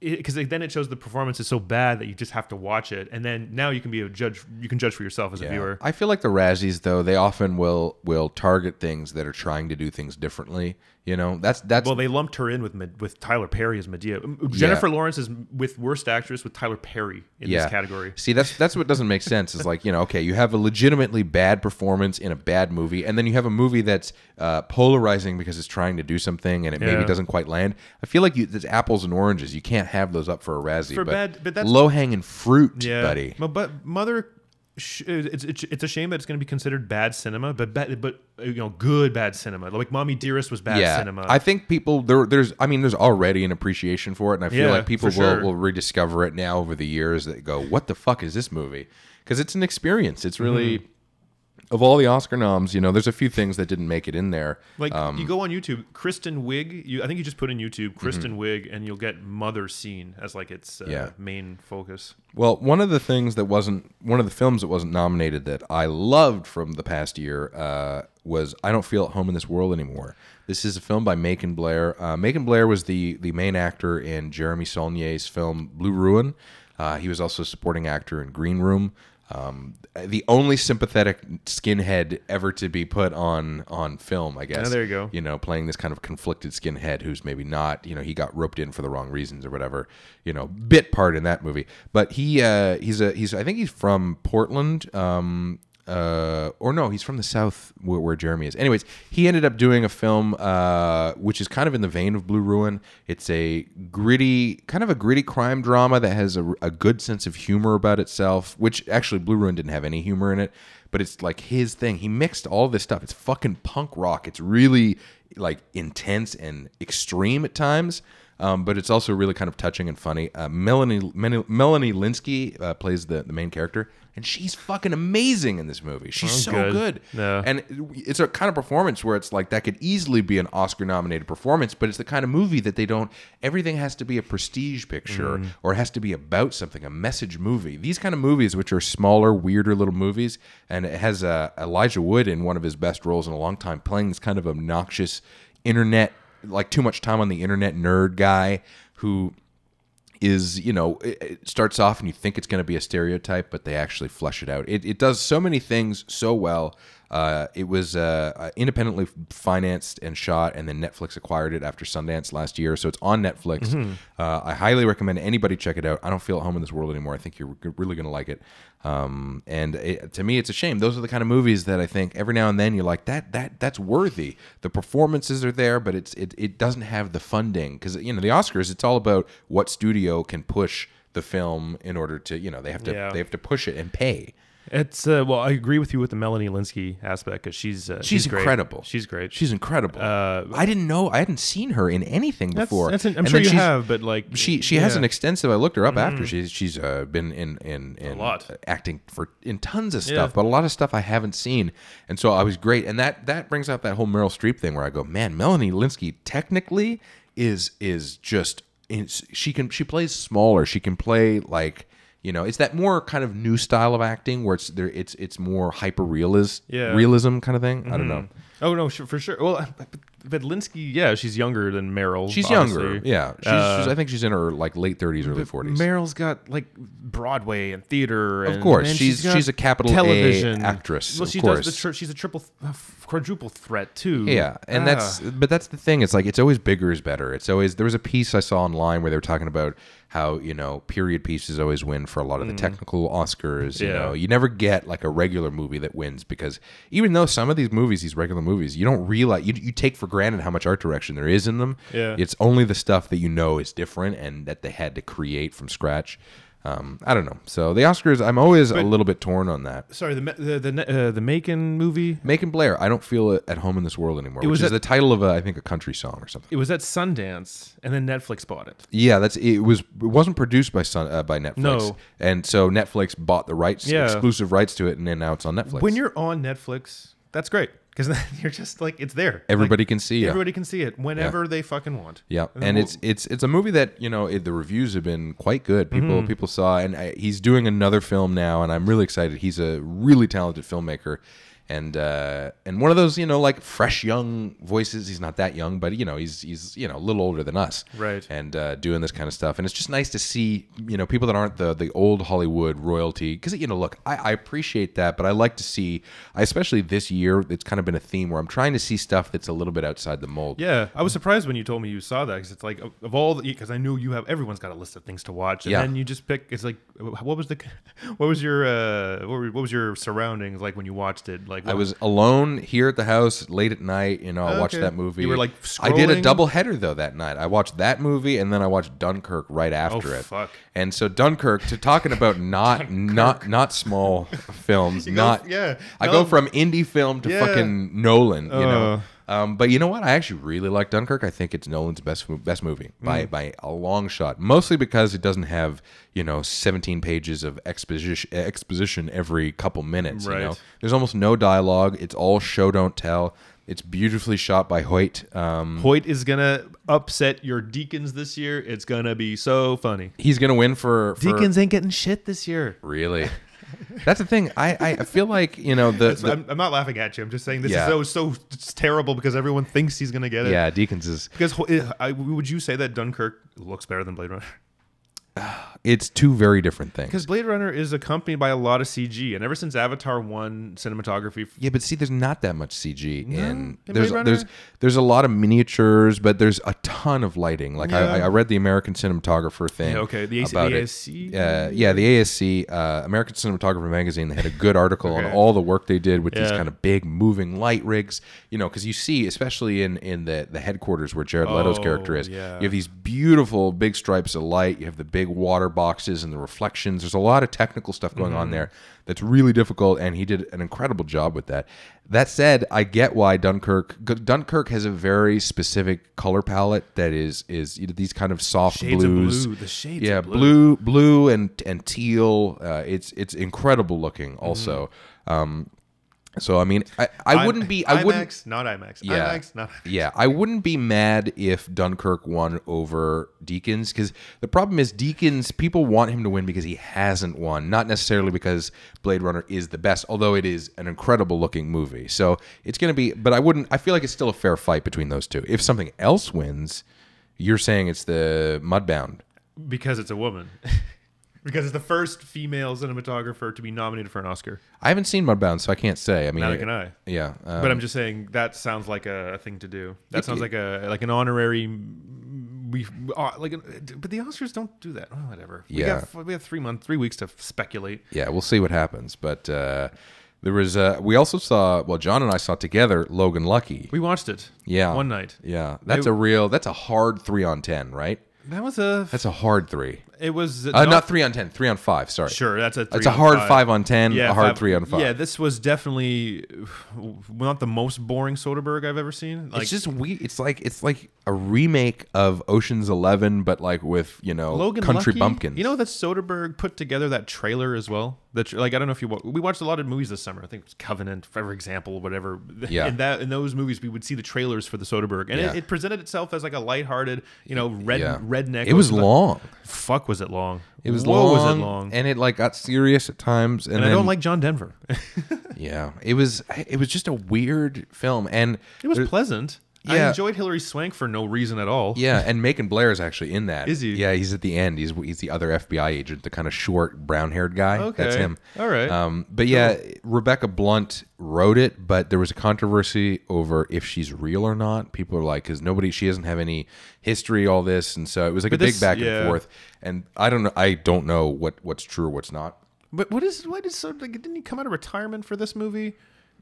Speaker 2: because then it shows the performance is so bad that you just have to watch it and then now you can be a judge you can judge for yourself as a
Speaker 1: Yeah.
Speaker 2: viewer.
Speaker 1: I feel like the Razzies though, they often will will target things that are trying to do things differently. You know, that's that's
Speaker 2: Well, they lumped her in with Me- with Tyler Perry as Medea. Jennifer Lawrence is with worst actress with Tyler Perry in this category.
Speaker 1: See, that's that's what doesn't make sense. Is like you know, okay, you have a legitimately bad performance in a bad movie, and then you have a movie that's uh, polarizing because it's trying to do something and it maybe
Speaker 2: Yeah.
Speaker 1: doesn't quite land. I feel like you, it's apples and oranges. You can't have those up for a Razzie.
Speaker 2: For
Speaker 1: but,
Speaker 2: bad- but that's-
Speaker 1: low hanging fruit, buddy.
Speaker 2: But, but Mother, sh- it's, it's it's a shame that it's going to be considered bad cinema, but bad, but uh, you know, good bad cinema. Like Mommy Dearest was bad
Speaker 1: yeah,
Speaker 2: cinema.
Speaker 1: I think people there. There's, I mean, there's already an appreciation for it, and I feel
Speaker 2: Yeah,
Speaker 1: like people will,
Speaker 2: for sure.
Speaker 1: will rediscover it now over the years. That go, what the fuck is this movie? Because it's an experience. It's really
Speaker 2: Mm-hmm.
Speaker 1: of all the Oscar noms, you know, there's a few things that didn't make it in there.
Speaker 2: like
Speaker 1: Um,
Speaker 2: you go on YouTube, Kristen Wiig. You, I think you just put in YouTube
Speaker 1: mm-hmm.
Speaker 2: Kristen Wiig, and you'll get Mother seen as like its uh,
Speaker 1: Yeah.
Speaker 2: main focus.
Speaker 1: Well, one of the things that wasn't one of the films that wasn't nominated that I loved from the past year uh, was I don't feel at home in this world anymore. This is a film by Macon Blair. Uh, Macon Blair was the the main actor in Jeremy Saulnier's film Blue Ruin. Uh, he was also a supporting actor in Green Room. Um, the only sympathetic skinhead ever to be put on on film, I guess.
Speaker 2: Oh, there you go.
Speaker 1: You know, playing this kind of conflicted skinhead who's maybe not, you know, he got roped in for the wrong reasons or whatever. You know, bit part in that movie, but he uh, he's a he's I think he's from Portland. Um, uh, or no, he's from the south where, where Jeremy is. Anyways, he ended up doing a film uh, which is kind of in the vein of Blue Ruin. It's a gritty, kind of a gritty crime drama that has a, a good sense of humor about itself. Which actually, Blue Ruin didn't have any humor in it, but it's like his thing. He mixed all this stuff. It's fucking punk rock. It's really like intense and extreme at times, um, but it's also really kind of touching and funny. Uh, Melanie Melanie, Melanie Linsky uh, plays the, the main character, and she's fucking amazing in this movie. She's so
Speaker 2: good.
Speaker 1: good,
Speaker 2: Yeah.
Speaker 1: and it's a kind of performance where it's like that could easily be an Oscar nominated performance, but it's the kind of movie that they don't. Everything has to be a prestige picture or it has to be about something, a message movie. These kind of movies, which are smaller, weirder little movies, and it has uh, Elijah Wood in one of his best roles in a long time, playing this kind of obnoxious internet, like too much time on the internet nerd guy who is you know it, it starts off and you think it's going to be a stereotype but they actually flesh it out it, it does so many things so well uh, it was uh, uh, independently financed and shot and then netflix acquired it after sundance last year so it's on netflix uh, i highly recommend anybody check it out i don't feel at home in this world anymore i think you're g- really going to like it um, and it, to me it's a shame those are the kind of movies that i think every now and then you're like that that that's worthy the performances are there but it's it, it doesn't have the funding because you know the oscars it's all about what studio can push the film in order to you know they have to
Speaker 2: Yeah.
Speaker 1: they have to push it and pay
Speaker 2: It's uh, well, I agree with you with the Melanie Linsky aspect because she's uh,
Speaker 1: She's
Speaker 2: great.
Speaker 1: incredible.
Speaker 2: She's great.
Speaker 1: she's incredible
Speaker 2: Uh,
Speaker 1: i didn't know i hadn't seen her in anything
Speaker 2: that's,
Speaker 1: before
Speaker 2: that's an- I'm
Speaker 1: And
Speaker 2: sure
Speaker 1: then
Speaker 2: you
Speaker 1: she's-
Speaker 2: have, but like
Speaker 1: she she has an extensive. I looked her up after she's she's uh, been in in, in
Speaker 2: Mm. lot.
Speaker 1: acting for in tons of
Speaker 2: Yeah.
Speaker 1: stuff, but a lot of stuff I haven't seen, and so I was great. And that that brings up that whole Meryl Streep thing where I go, man, Melanie Linsky technically is is just is, she can she plays smaller, she can play like. You know, it's that more kind of new style of acting where it's there. It's it's more hyper realist,
Speaker 2: Yeah.
Speaker 1: realism kind of thing. I don't know.
Speaker 2: Oh no, sure, for sure. Well, but, but Linsky, yeah, she's younger than Meryl.
Speaker 1: She's
Speaker 2: obviously. Uh,
Speaker 1: younger, yeah. She's, she's- I think she's in her like late thirties, early forties.
Speaker 2: Meryl's got like Broadway and theater. And,
Speaker 1: Of course,
Speaker 2: and
Speaker 1: she's-
Speaker 2: got
Speaker 1: she's a capital A
Speaker 2: television
Speaker 1: actress,
Speaker 2: Well,
Speaker 1: of
Speaker 2: she does. The
Speaker 1: course.
Speaker 2: tr- she's a triple, th- quadruple threat too.
Speaker 1: Yeah, and that's
Speaker 2: Ah.
Speaker 1: but that's the thing. It's like it's always bigger is better. It's always there was a piece I saw online where they were talking about how you know period pieces always win for a lot of the technical Oscars. You
Speaker 2: Mm. Yeah.
Speaker 1: know, you never get like a regular movie that wins because even though some of these movies, these regular movies, you don't realize you, you take for granted how much art direction there is in them.
Speaker 2: Yeah.
Speaker 1: it's only the stuff that you know is different and that they had to create from scratch. Um, I don't know. So the Oscars, I'm always a little bit torn on that.
Speaker 2: sorry. The Ma- the the, ne- uh, the Macon movie.
Speaker 1: Macon Blair, I don't feel at home in this world anymore. It was
Speaker 2: was
Speaker 1: which is
Speaker 2: a-
Speaker 1: the title of a, I think, a country song or something.
Speaker 2: It was at Sundance, and then Netflix bought it.
Speaker 1: Yeah, that's it. Was it wasn't produced by Sun uh, by Netflix.
Speaker 2: No.
Speaker 1: and so Netflix bought the rights,
Speaker 2: Yeah.
Speaker 1: exclusive rights to it, and then now it's on Netflix.
Speaker 2: When you're on Netflix, that's great. because then you're just like it's there. Like,
Speaker 1: Everybody can see it.
Speaker 2: everybody can see it whenever they fucking want.
Speaker 1: Yeah,
Speaker 2: then
Speaker 1: and
Speaker 2: we'll-
Speaker 1: it's it's it's a movie that you know it, the reviews have been quite good. People people saw, and I, he's doing another film now, and I'm really excited. He's a really talented filmmaker, and uh, and one of those you know like fresh young voices. He's not that young, but you know he's he's you know a little older than us,
Speaker 2: Right.
Speaker 1: And uh, doing this kind of stuff, and it's just nice to see you know people that aren't the the old Hollywood royalty because you know look I, I appreciate that, but I like to see I- especially this year it's kind of been a theme where I'm trying to see stuff that's a little bit outside the mold.
Speaker 2: Yeah, I was surprised when you told me you saw that because it's like of- of all because I knew you have everyone's got a list of things to watch, and
Speaker 1: Yeah.
Speaker 2: then you just pick. It's like what was the what was your uh, what, were, what was your surroundings like when you watched it? Like
Speaker 1: I
Speaker 2: what-
Speaker 1: was alone here at the house late at night. You know, I watched
Speaker 2: Okay.
Speaker 1: that movie.
Speaker 2: You were, like,
Speaker 1: I did a
Speaker 2: scrolling?
Speaker 1: double header though that night. I watched that movie and then I watched Dunkirk right after it.
Speaker 2: Oh, fuck.
Speaker 1: And so Dunkirk to talking about not not not small films,
Speaker 2: go-
Speaker 1: not
Speaker 2: yeah.
Speaker 1: I
Speaker 2: No.
Speaker 1: go from indie film to
Speaker 2: Yeah. Uh.
Speaker 1: fucking Nolan. You know. Um, but you know what? I actually really like Dunkirk. I think it's Nolan's best mo- best movie
Speaker 2: Mm.
Speaker 1: by by a long shot. Mostly because it doesn't have you know 17 pages of exposition exposition every couple minutes. You know,
Speaker 2: Right.
Speaker 1: there's almost no dialogue. It's all show don't tell. It's beautifully shot by Hoyt. Um,
Speaker 2: Hoyt is gonna upset your Deacons this year. It's gonna be so funny.
Speaker 1: he's gonna win for, for
Speaker 2: Deacons ain't getting shit this year.
Speaker 1: Really, that's the thing. I I I feel like you know the,
Speaker 2: So
Speaker 1: the-
Speaker 2: I'm, I'm not laughing at you. I'm just saying this
Speaker 1: Yeah.
Speaker 2: is so so it's terrible because everyone thinks he's gonna get it.
Speaker 1: yeah Deacons is
Speaker 2: Because Ho- I, would you say that Dunkirk looks better than Blade Runner?
Speaker 1: it's two very different things.
Speaker 2: Because Blade Runner is accompanied by a lot of CG, and ever since Avatar One cinematography,
Speaker 1: Yeah, but see, there's not that much CG in.
Speaker 2: in
Speaker 1: There's
Speaker 2: Blade
Speaker 1: there's
Speaker 2: Runner?
Speaker 1: there's a lot of miniatures, but there's a ton of lighting. Like I I,
Speaker 2: Yeah.
Speaker 1: I read the American cinematographer thing.
Speaker 2: Yeah, okay, the AC
Speaker 1: about
Speaker 2: the
Speaker 1: it.
Speaker 2: ASC?
Speaker 1: Uh, yeah, the ASC uh, American Cinematographer magazine. They had a good article on
Speaker 2: Okay.
Speaker 1: all the work they did with these
Speaker 2: Yeah.
Speaker 1: kind of big moving light rigs. You know, because you see, especially in in the the headquarters where Jared Leto's
Speaker 2: Oh,
Speaker 1: character is,
Speaker 2: yeah.
Speaker 1: you have these beautiful big stripes of light. You have the big water boxes and the reflections. There's a lot of technical stuff going
Speaker 2: Mm-hmm.
Speaker 1: on there that's really difficult, and he did an incredible job with that. That said, I get why Dunkirk. Dunkirk has a very specific color palette that is is you know, these kind of soft
Speaker 2: Shades of
Speaker 1: blues.
Speaker 2: blue, the shades
Speaker 1: yeah,
Speaker 2: of blue.
Speaker 1: blue, blue, and and teal. Uh, it's it's incredible looking. Also, um, so I mean, I, I wouldn't be I
Speaker 2: IMAX,
Speaker 1: wouldn't
Speaker 2: not IMAX.
Speaker 1: Yeah.
Speaker 2: IMAX, not.
Speaker 1: yeah, I wouldn't be mad if Dunkirk won over Deacons because the problem is Deacons people want him to win because he hasn't won, not necessarily because Blade Runner is the best, although it is an incredible looking movie. So it's going to be, but I wouldn't. I feel like it's still a fair fight between those two. If something else wins, you're saying it's the Mudbound.
Speaker 2: because it's a woman. because it's the first female cinematographer to be nominated for an Oscar.
Speaker 1: I haven't seen Mudbound, so I can't say. I mean,
Speaker 2: Neither can I.
Speaker 1: Yeah, um,
Speaker 2: But I'm just saying that sounds like a, a thing to do. That sounds like a like an honorary. mm, We uh, like, an- but the Oscars don't do that. Oh, whatever. We
Speaker 1: Yeah.
Speaker 2: got, f- we have three months, three weeks to speculate.
Speaker 1: yeah, we'll see what happens. But uh, there was, uh, we also saw, well, John and I saw together Logan Lucky.
Speaker 2: We watched it.
Speaker 1: Yeah.
Speaker 2: One night.
Speaker 1: Yeah, that's a real. That's a hard three on ten, right?
Speaker 2: That was a.
Speaker 1: That's a hard three.
Speaker 2: It was
Speaker 1: Uh, not three on ten. Three on five. Sorry.
Speaker 2: Sure, that's a. Three
Speaker 1: It's a
Speaker 2: on
Speaker 1: hard five on 10, a hard three on five.
Speaker 2: Yeah, this was definitely not the most boring Soderbergh I've ever seen. Like
Speaker 1: it's just we. It's like it's like a remake of Ocean's Eleven, but like with you know
Speaker 2: Logan
Speaker 1: country
Speaker 2: Lucky,
Speaker 1: bumpkins.
Speaker 2: You know that Soderbergh put together that trailer as well. That tr- like I don't know if you wa- we watched a lot of movies this summer. I think it was Covenant, for example, whatever.
Speaker 1: Yeah.
Speaker 2: In that in those movies, we would see the trailers for the Soderbergh, and
Speaker 1: Yeah.
Speaker 2: it, it presented itself as like a lighthearted, you know, red
Speaker 1: Yeah.
Speaker 2: redneck.
Speaker 1: It was
Speaker 2: like-
Speaker 1: long.
Speaker 2: Fuck, was it long?
Speaker 1: It was
Speaker 2: Whoa,
Speaker 1: long,
Speaker 2: Was it long?
Speaker 1: and it like got serious at times. And,
Speaker 2: and I
Speaker 1: then-
Speaker 2: don't like John Denver.
Speaker 1: Yeah, it was. It was just a weird film, and
Speaker 2: It was
Speaker 1: there-
Speaker 2: pleasant. I
Speaker 1: Yeah.
Speaker 2: enjoyed Hillary Swank for no reason at all.
Speaker 1: Yeah, and Macon Blair is actually in that.
Speaker 2: Is he?
Speaker 1: Yeah, he's at the end. He's he's the other FBI agent, the kind of short, brown-haired guy. that's
Speaker 2: Okay.
Speaker 1: him.
Speaker 2: All right.
Speaker 1: Um, but yeah, Rebecca Blunt wrote it, but there was a controversy over if she's real or not. People are like, because nobody, she doesn't have any history, all this, and so it was like
Speaker 2: But
Speaker 1: a
Speaker 2: this-
Speaker 1: big back
Speaker 2: yeah.
Speaker 1: and forth. And I don't know, I don't know what what's true or what's not.
Speaker 2: But what is why did so like, didn't he come out of retirement for this movie?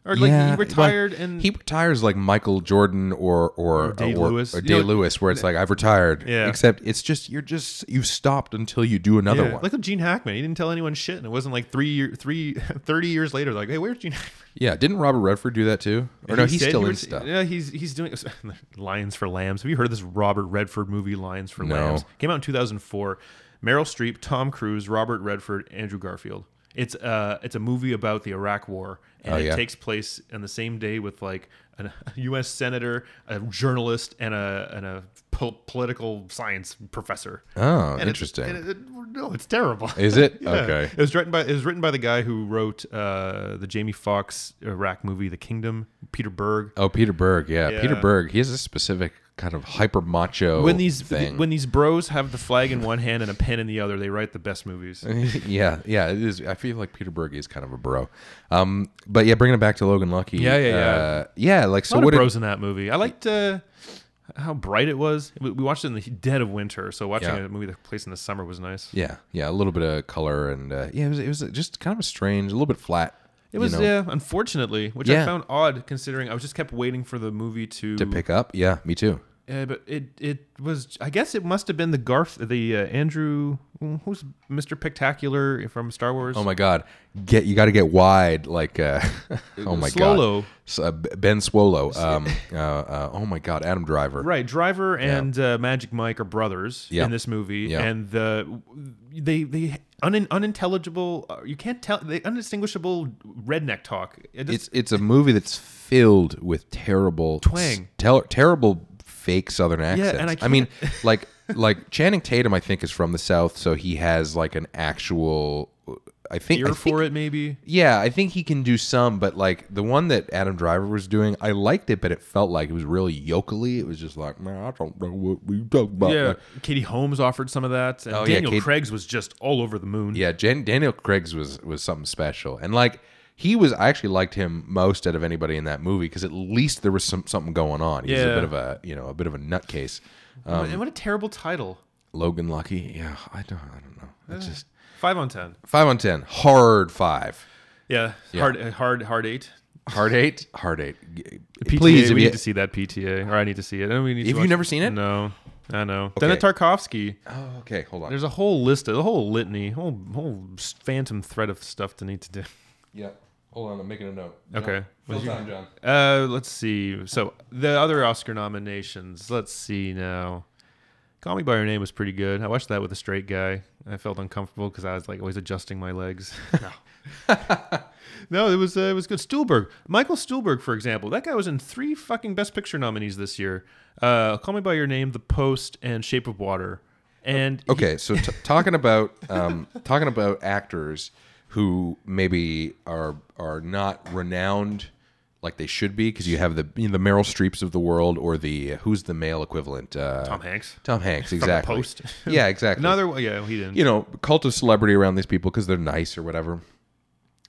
Speaker 2: Or like he
Speaker 1: well,
Speaker 2: retired and
Speaker 1: he retires like Michael Jordan or or or
Speaker 2: Day
Speaker 1: or,
Speaker 2: Lewis.
Speaker 1: or
Speaker 2: You
Speaker 1: Day
Speaker 2: know-
Speaker 1: Lewis, where it's like I've retired.
Speaker 2: Yeah.
Speaker 1: Except it's just you're just you stopped until you do another
Speaker 2: Yeah,
Speaker 1: one.
Speaker 2: Look at Gene Hackman. He didn't tell anyone shit, and it wasn't like three, year, three, 30 years later. Like, hey, where's Gene? Hackman?
Speaker 1: yeah. Didn't Robert Redford do that too? Or no,
Speaker 2: He
Speaker 1: he's
Speaker 2: said
Speaker 1: still
Speaker 2: he
Speaker 1: in
Speaker 2: was-
Speaker 1: stuff.
Speaker 2: Yeah, he's he's doing Lions for Lambs. Have you heard of this Robert Redford movie, Lions for
Speaker 1: No.
Speaker 2: Lambs? Came out in two thousand four. Meryl Streep, Tom Cruise, Robert Redford, Andrew Garfield. It's uh, it's a movie about the Iraq War, and
Speaker 1: Oh,
Speaker 2: it
Speaker 1: yeah.
Speaker 2: takes place on the same day with like an- a U.S. senator, a journalist, and a and a po- political science professor.
Speaker 1: Oh,
Speaker 2: And it's-
Speaker 1: interesting.
Speaker 2: and it- it- no, it's terrible.
Speaker 1: Is it
Speaker 2: Yeah.
Speaker 1: okay?
Speaker 2: It was written by it was written by the guy who wrote uh, the Jamie Foxx Iraq movie, The Kingdom, Peter Berg.
Speaker 1: Oh, Peter Berg. Yeah, Peter
Speaker 2: Yeah.
Speaker 1: Berg. He has a specific kind of hyper macho
Speaker 2: when these
Speaker 1: thing.
Speaker 2: when these bros have the flag in one hand and a pen in the other, they write the best movies.
Speaker 1: yeah, yeah, it is. I feel like Peter Berg is kind of a bro. Um, but yeah, bringing it back to Logan Lucky.
Speaker 2: Yeah, yeah, yeah.
Speaker 1: uh, yeah. Like,
Speaker 2: A
Speaker 1: so
Speaker 2: lot
Speaker 1: what?
Speaker 2: of
Speaker 1: did-
Speaker 2: bros in that movie. I liked uh, how bright it was. We we watched it in the dead of winter, so watching
Speaker 1: Yeah.
Speaker 2: a movie that plays in the summer was nice.
Speaker 1: yeah, yeah, a little bit of color and uh, yeah, it was, it was just kind of a strange, a little bit flat.
Speaker 2: It was,
Speaker 1: you know,
Speaker 2: yeah, unfortunately, which I
Speaker 1: Yeah.
Speaker 2: found odd considering I was just kept waiting for the movie to,
Speaker 1: to pick up. Yeah, me too.
Speaker 2: Uh, but it it was. I guess it must have been the Garth, the uh, Andrew, mm, who's Mister Pictacular from Star Wars.
Speaker 1: Oh my god, get you got to get wide like. Uh, oh my
Speaker 2: Swallow.
Speaker 1: god, S- uh, B- Ben Swallow. Um, uh, uh, oh my god, Adam Driver.
Speaker 2: Right, Driver and uh, Magic Mike are brothers
Speaker 1: Yeah.
Speaker 2: in this movie,
Speaker 1: Yeah.
Speaker 2: and the they they un, unintelligible. uh, You can't tell the undistinguishable redneck talk. It just-
Speaker 1: It's it's a movie that's filled with terrible
Speaker 2: Twang.
Speaker 1: ter- terrible fake Southern accents.
Speaker 2: and I
Speaker 1: I, mean, like like Channing Tatum, I think is from the South, so he has like an actual. I think, I
Speaker 2: ear
Speaker 1: think
Speaker 2: for it, maybe.
Speaker 1: yeah, I think he can do some, but like the one that Adam Driver was doing, I liked it, but it felt like it was really yokely. It was just like, man, I don't know what we talk about.
Speaker 2: Yeah,
Speaker 1: Like,
Speaker 2: Katie Holmes offered some of that. And
Speaker 1: Oh, yeah,
Speaker 2: Daniel
Speaker 1: Kate-
Speaker 2: Craig's was just all over the moon.
Speaker 1: yeah. Jan- Daniel Craig's was was something special, and like he was, I actually liked him most out of anybody in that movie because at least there was some something going on. He was
Speaker 2: Yeah.
Speaker 1: a bit of a you know a bit of a nutcase. Um,
Speaker 2: and what a terrible title.
Speaker 1: Logan Lucky, yeah, I don't, I don't know. It's just
Speaker 2: Five on ten.
Speaker 1: five on ten, hard five.
Speaker 2: Yeah, hard, uh, hard, hard eight.
Speaker 1: Hard eight, hard eight. G-
Speaker 2: PTA,
Speaker 1: Please, if
Speaker 2: we
Speaker 1: you,
Speaker 2: need to see that PTA, or I need to see it. And we need to
Speaker 1: Have you
Speaker 2: watch
Speaker 1: never seen it?
Speaker 2: No, I know.
Speaker 1: Okay.
Speaker 2: Dana Tarkovsky.
Speaker 1: oh, okay, hold on.
Speaker 2: There's a whole list, of, a whole litany, whole whole s- phantom thread of stuff to need to do.
Speaker 1: Yeah, hold on. I'm making a note.
Speaker 2: Okay.
Speaker 1: Full time, John.
Speaker 2: Uh, let's see. So the other Oscar nominations. Let's see now. Call Me by Your Name was pretty good. I watched that with a straight guy. I felt uncomfortable because I was like always adjusting my legs. No, it was uh, it was good. Stuhlberg, Michael Stuhlberg, for example, that guy was in three fucking Best Picture nominees this year. Uh, Call Me by Your Name, The Post, and Shape of Water. And he-
Speaker 1: Oh, Okay, so t- talking about um, talking about actors who maybe are are not renowned like they should be because you have the you know, the Meryl Streeps of the world or the uh, who's the male equivalent uh,
Speaker 2: Tom Hanks.
Speaker 1: Tom Hanks exactly
Speaker 2: Post.
Speaker 1: yeah exactly
Speaker 2: Another one, yeah, he didn't.
Speaker 1: you know cult of celebrity around these people because they're nice or whatever.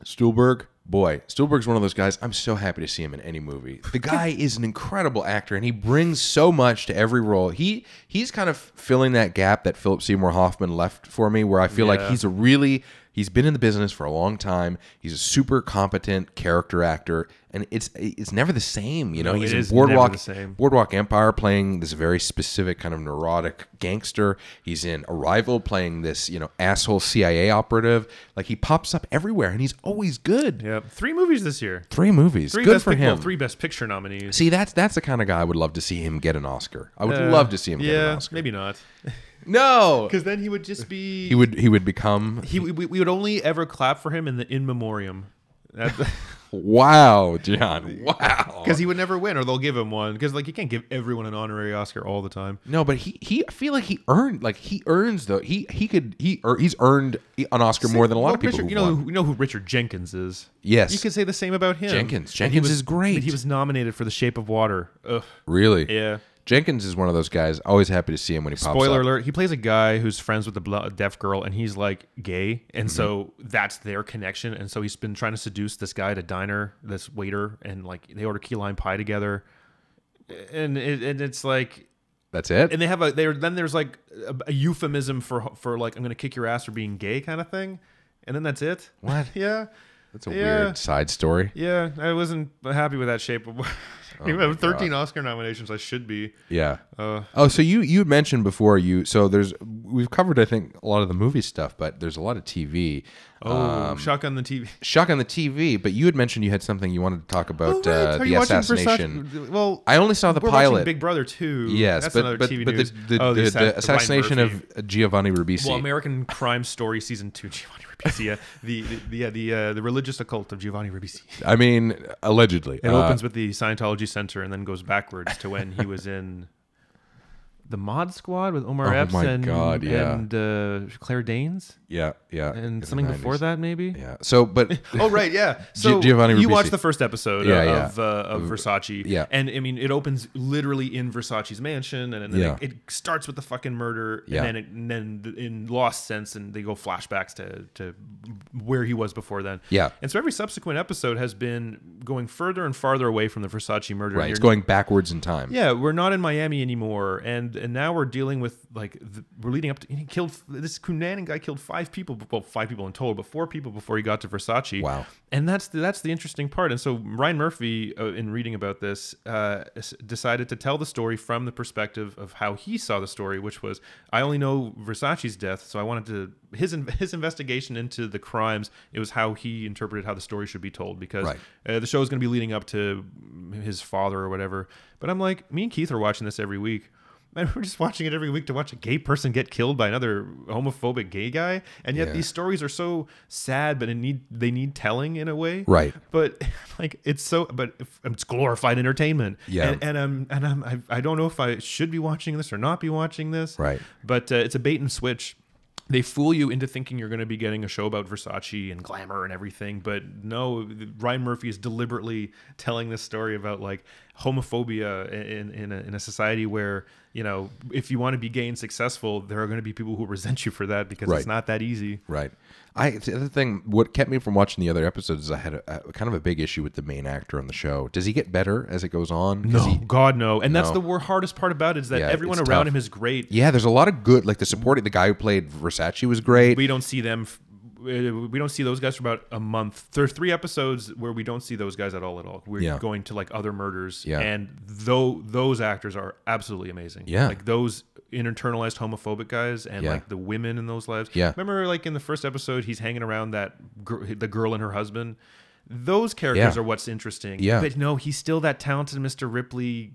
Speaker 1: Stuhlberg, boy, Stuhlberg's one of those guys. I'm so happy to see him in any movie. The guy is an incredible actor, and he brings so much to every role. He he's kind of filling that gap that Philip Seymour Hoffman left for me, where I feel like
Speaker 2: Yeah.
Speaker 1: he's a really he's been in the business for a long time. He's a super competent character actor, and it's it's never the same. You know,
Speaker 2: No,
Speaker 1: he's
Speaker 2: it
Speaker 1: in
Speaker 2: is never
Speaker 1: Boardwalk
Speaker 2: the same.
Speaker 1: Boardwalk Empire playing this very specific kind of neurotic gangster. He's in Arrival playing this, you know, asshole CIA operative. Like he pops up everywhere and he's always good.
Speaker 2: Yeah, three movies this year.
Speaker 1: Three movies.
Speaker 2: Three
Speaker 1: good
Speaker 2: best
Speaker 1: for
Speaker 2: pic- well,
Speaker 1: him.
Speaker 2: three Best Picture nominees.
Speaker 1: See, that's that's the kind of guy I would love to see him get an Oscar. I would
Speaker 2: Uh,
Speaker 1: love to see him get
Speaker 2: Yeah,
Speaker 1: an Oscar.
Speaker 2: maybe not.
Speaker 1: No.
Speaker 2: Because then he would just be.
Speaker 1: He would he would become
Speaker 2: He, we, we would only ever clap for him in the in memoriam. Because
Speaker 1: Wow, John. Wow.
Speaker 2: he would never win, or they'll give him one. Because like you can't give everyone an honorary Oscar all the time.
Speaker 1: No, but he he I feel like he earned like he earns though. He he could he or he's earned an Oscar more than a lot
Speaker 2: Well,
Speaker 1: of people.
Speaker 2: Richard-
Speaker 1: who've
Speaker 2: you know,
Speaker 1: won.
Speaker 2: who- you know who Richard Jenkins is.
Speaker 1: Yes.
Speaker 2: you could say the same about him.
Speaker 1: Jenkins.
Speaker 2: And
Speaker 1: Jenkins
Speaker 2: was-
Speaker 1: is great.
Speaker 2: but He was nominated for The Shape of Water. Ugh.
Speaker 1: Really?
Speaker 2: Yeah.
Speaker 1: Jenkins is one of those guys. Always happy to see him when he pops
Speaker 2: Spoiler
Speaker 1: up.
Speaker 2: alert: He plays a guy who's friends with a bl- a deaf girl, and he's like gay, and so
Speaker 1: Mm-hmm.
Speaker 2: that's their connection. And so he's been trying to seduce this guy at a diner, this waiter, and like they order key lime pie together, and it, and it's like,
Speaker 1: That's it.
Speaker 2: and they have a there. Then there's like a, a euphemism for for like I'm gonna kick your ass for being gay kind of thing, and then that's it.
Speaker 1: What?
Speaker 2: yeah.
Speaker 1: That's a
Speaker 2: Yeah.
Speaker 1: weird side story.
Speaker 2: Yeah, I wasn't happy with that shape. of
Speaker 1: Oh
Speaker 2: You have 13 Oscar nominations. I should be.
Speaker 1: Yeah.
Speaker 2: Uh,
Speaker 1: oh, so you you mentioned before you so there's we've covered I think a lot of the movie stuff, but there's a lot of TV.
Speaker 2: Oh, shotgun the TV.
Speaker 1: Shock on the TV, but you had mentioned you had something you wanted to talk about
Speaker 2: Oh, right.
Speaker 1: uh,
Speaker 2: Are
Speaker 1: the
Speaker 2: you watching
Speaker 1: assassination.
Speaker 2: Versace- Well,
Speaker 1: I only saw the
Speaker 2: we're watching
Speaker 1: pilot.
Speaker 2: Big Brother too.
Speaker 1: yes,
Speaker 2: that's
Speaker 1: but
Speaker 2: another
Speaker 1: but,
Speaker 2: TV
Speaker 1: but the,
Speaker 2: news.
Speaker 1: the,
Speaker 2: Oh,
Speaker 1: the,
Speaker 2: assa-
Speaker 1: the assassination
Speaker 2: Ryan Murphy.
Speaker 1: of Giovanni Ribisi.
Speaker 2: well, American Crime Story season two. Giovanni Ribisi, the the the, uh, the, uh, the religious occult of Giovanni Ribisi.
Speaker 1: I mean, allegedly.
Speaker 2: It
Speaker 1: Uh,
Speaker 2: opens with the Scientology Center and then goes backwards to when he was in the Mod Squad with Omar
Speaker 1: Oh
Speaker 2: Epps
Speaker 1: my
Speaker 2: and,
Speaker 1: God, yeah.
Speaker 2: and uh, Claire Danes
Speaker 1: yeah, yeah. in
Speaker 2: and
Speaker 1: the
Speaker 2: something before
Speaker 1: 90s.
Speaker 2: that maybe.
Speaker 1: Yeah. So, but
Speaker 2: Oh right, yeah. So
Speaker 1: Giovanni
Speaker 2: you
Speaker 1: Ribisi.
Speaker 2: watched the first episode
Speaker 1: Yeah,
Speaker 2: uh,
Speaker 1: yeah.
Speaker 2: of uh, of Versace,
Speaker 1: yeah.
Speaker 2: and I mean it opens literally in Versace's mansion, and, then
Speaker 1: Yeah.
Speaker 2: it, it starts with the fucking murder,
Speaker 1: Yeah.
Speaker 2: and then it, and then the- in Lost Sense, and they go flashbacks to to where he was before then.
Speaker 1: Yeah.
Speaker 2: and so every subsequent episode has been going further and farther away from the Versace murder.
Speaker 1: right,
Speaker 2: You're-
Speaker 1: it's going backwards in time.
Speaker 2: yeah, we're not in Miami anymore, and and now we're dealing with like the, we're leading up to he killed this Cunanan guy killed five people, well five people in total, but four people before he got to Versace.
Speaker 1: Wow.
Speaker 2: And that's the, that's the interesting part. And so Ryan Murphy, uh, in reading about this, uh, s- decided to tell the story from the perspective of how he saw the story, which was I only know Versace's death, so I wanted to his in, his investigation into the crimes. It was how he interpreted how the story should be told because
Speaker 1: Right.
Speaker 2: uh, the show is going to be leading up to his father or whatever. But I'm like, me and Keith are watching this every week. And we're just watching it every week to watch a gay person get killed by another homophobic gay guy, and yet
Speaker 1: Yeah.
Speaker 2: these stories are so sad, but it need they need telling in a way,
Speaker 1: Right.
Speaker 2: But like it's so, but if- it's glorified entertainment,
Speaker 1: Yeah.
Speaker 2: And, and I'm and I'm I, I don't know if I should be watching this or not be watching this,
Speaker 1: Right.
Speaker 2: But uh, it's a bait and switch. They fool you into thinking you're going to be getting a show about Versace and glamour and everything, but no. Ryan Murphy is deliberately telling this story about like homophobia in in a, in a society where you know if you want to be gay and successful, there are going to be people who resent you for that because
Speaker 1: Right.
Speaker 2: it's not that easy.
Speaker 1: Right. I the other thing, what kept me from watching the other episodes is I had a, a kind of a big issue with the main actor on the show. Does he get better as it goes on? 'Cause
Speaker 2: No,
Speaker 1: he-
Speaker 2: God no. And that's
Speaker 1: No.
Speaker 2: the wor- hardest part about it is that
Speaker 1: Yeah,
Speaker 2: everyone
Speaker 1: it's
Speaker 2: around
Speaker 1: tough.
Speaker 2: him is great.
Speaker 1: yeah, there's a lot of good. Like the supporting the guy who played Versace was great.
Speaker 2: We don't see them. F- uh, we don't see those guys for about a month. There are three episodes where we don't see those guys at all. At all, we're
Speaker 1: Yeah.
Speaker 2: going to like other murders,
Speaker 1: Yeah.
Speaker 2: and though those actors are absolutely amazing.
Speaker 1: Yeah.
Speaker 2: like those internalized homophobic guys, and
Speaker 1: Yeah.
Speaker 2: like the women in those lives.
Speaker 1: Yeah.
Speaker 2: remember like in the first episode, he's hanging around that gr- the girl and her husband. Those characters
Speaker 1: Yeah.
Speaker 2: are what's interesting.
Speaker 1: Yeah.
Speaker 2: but no, he's still that talented Mr. Ripley,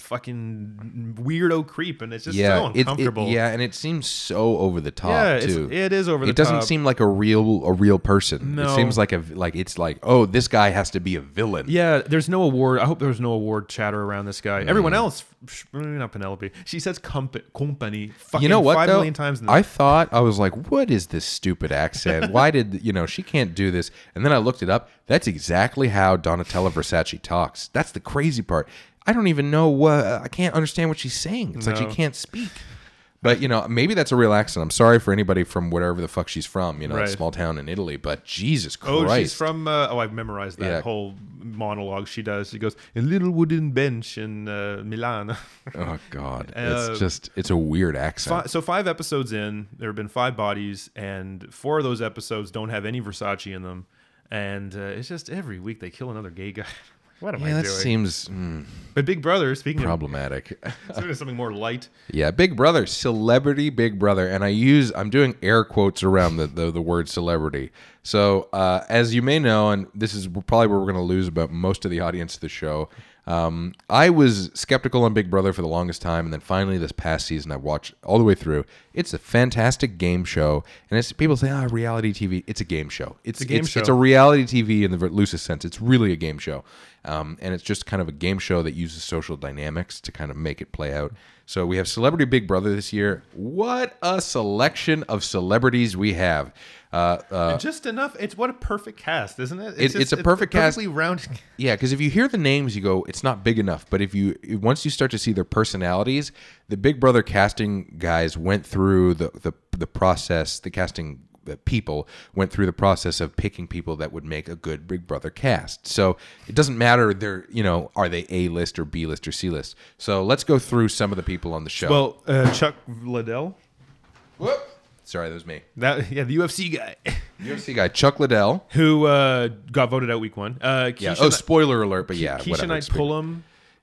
Speaker 2: fucking weirdo creep, and it's just so
Speaker 1: it- it-
Speaker 2: uncomfortable.
Speaker 1: yeah, and it seems so over the top
Speaker 2: Yeah, it's,
Speaker 1: too.
Speaker 2: it is over the
Speaker 1: it doesn't
Speaker 2: top.
Speaker 1: seem like a real a real person. It
Speaker 2: No.
Speaker 1: seems like a like it's like oh this guy has to be a villain.
Speaker 2: Yeah, there's no award. I hope there's no award chatter around this guy.
Speaker 1: Mm.
Speaker 2: Everyone else, sh- maybe not Penelope. She says comp- company. Fucking
Speaker 1: You know what?
Speaker 2: Five
Speaker 1: though?
Speaker 2: million times. In the-
Speaker 1: I thought I was like, "What is this stupid accent? Why did you know she can't do this?" And then I looked it up. That's exactly how Donatella Versace talks. That's the crazy part. I don't even know what I can't understand what she's saying. It's like
Speaker 2: No.
Speaker 1: she can't speak. But you know, maybe that's a real accent. I'm sorry for anybody from wherever the fuck she's from. You know,
Speaker 2: Right.
Speaker 1: that small town in Italy. But Jesus
Speaker 2: oh,
Speaker 1: Christ,
Speaker 2: she's from. Uh, oh, I've memorized that
Speaker 1: Yeah.
Speaker 2: whole monologue she does. She goes a little wooden bench in uh, Milan.
Speaker 1: oh God,
Speaker 2: Uh,
Speaker 1: it's just it's a weird accent.
Speaker 2: Fi so five episodes in, there have been five bodies, and four of those episodes don't have any Versace in them. And uh, it's just every week they kill another gay guy. What am
Speaker 1: yeah,
Speaker 2: I
Speaker 1: that
Speaker 2: doing?
Speaker 1: seems mm,
Speaker 2: but Big Brother, speaking
Speaker 1: problematic.
Speaker 2: of speaking of something more light,
Speaker 1: Yeah, Big Brother, celebrity Big Brother, and I use I'm doing air quotes around the the, the word celebrity. So uh, as you may know, and this is probably where we're going to lose about most of the audience of the show. Um, I was skeptical on Big Brother for the longest time, and then finally this past season I watched all the way through. It's a fantastic game show, and it's people say, "Ah, reality TV." It's a game show. It's,
Speaker 2: a game
Speaker 1: it's-
Speaker 2: show.
Speaker 1: It's a reality TV in the ver- loosest sense. It's really a game show, um, and it's just kind of a game show that uses social dynamics to kind of make it play out. So we have Celebrity Big Brother this year. What a selection of celebrities we have! Uh, uh,
Speaker 2: just enough. It's what a perfect cast, isn't it?
Speaker 1: It-
Speaker 2: just-
Speaker 1: it's a perfect cast.
Speaker 2: perfectly rounded.
Speaker 1: yeah, because if you hear the names, you go, "It's not big enough." But if you once you start to see their personalities, the Big Brother casting guys went through the the, the process. The casting uh, people went through the process of picking people that would make a good Big Brother cast. So it doesn't matter they're you know are they A list or B list or C list. So let's go through some of the people on the show.
Speaker 2: Well, uh, Chuck Liddell,
Speaker 1: Whoop. sorry, that was me.
Speaker 2: that yeah, the UFC guy
Speaker 1: UFC guy Chuck Liddell.
Speaker 2: who uh, got voted out week one. Uh, Keisha,
Speaker 1: Yeah. oh, spoiler alert! But yeah,
Speaker 2: Keisha
Speaker 1: whatever,
Speaker 2: Knight
Speaker 1: it's big.
Speaker 2: Pullum,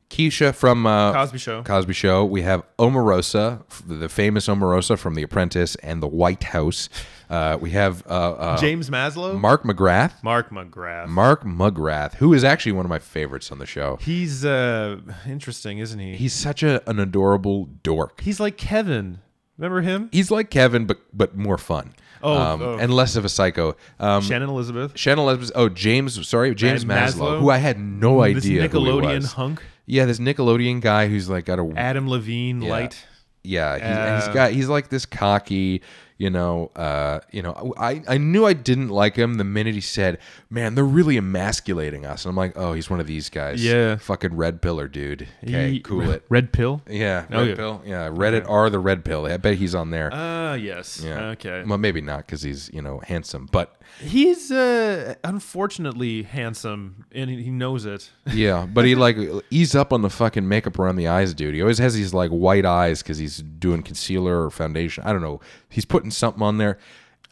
Speaker 1: Keisha from uh,
Speaker 2: Cosby Show.
Speaker 1: Cosby Show. We have Omarosa, f- the famous Omarosa from The Apprentice and The White House. Uh, we have uh, uh,
Speaker 2: James Maslow,
Speaker 1: Mark McGrath.
Speaker 2: Mark McGrath.
Speaker 1: Mark McGrath, who is actually one of my favorites on the show.
Speaker 2: He's uh, interesting, isn't he?
Speaker 1: He's such a, an adorable dork.
Speaker 2: He's like Kevin. Remember him?
Speaker 1: He's like Kevin, but but more fun.
Speaker 2: Oh,
Speaker 1: um,
Speaker 2: oh.
Speaker 1: and less of a psycho. Um,
Speaker 2: Shannon Elizabeth.
Speaker 1: Shannon Elizabeth. Oh, James. Sorry, James
Speaker 2: Maslow.
Speaker 1: Maslow, who I had no
Speaker 2: This
Speaker 1: idea. who he
Speaker 2: Nickelodeon
Speaker 1: was.
Speaker 2: hunk.
Speaker 1: Yeah, this Nickelodeon guy who's like got a
Speaker 2: Adam Levine
Speaker 1: Yeah.
Speaker 2: light.
Speaker 1: yeah. He's, and he's
Speaker 2: Uh,
Speaker 1: got he's like this cocky. You know, uh, you know, I, I knew I didn't like him the minute he said, "Man, they're really emasculating us," and I'm like, "Oh, he's one of these guys."
Speaker 2: Yeah.
Speaker 1: fucking red pillar, dude. Okay,
Speaker 2: He-
Speaker 1: cool it.
Speaker 2: Red pill.
Speaker 1: Yeah,
Speaker 2: Oh,
Speaker 1: red
Speaker 2: yeah.
Speaker 1: pill. Yeah, Reddit are the red pill. I bet he's on there.
Speaker 2: Uh yes.
Speaker 1: Yeah.
Speaker 2: Okay.
Speaker 1: Well, maybe not because he's you know handsome, but
Speaker 2: He's uh unfortunately handsome and he he knows it.
Speaker 1: yeah, but he like ease up on the fucking makeup around the eyes, dude. He always has these like white eyes because he's doing concealer or foundation. I don't know. He's putting something on there.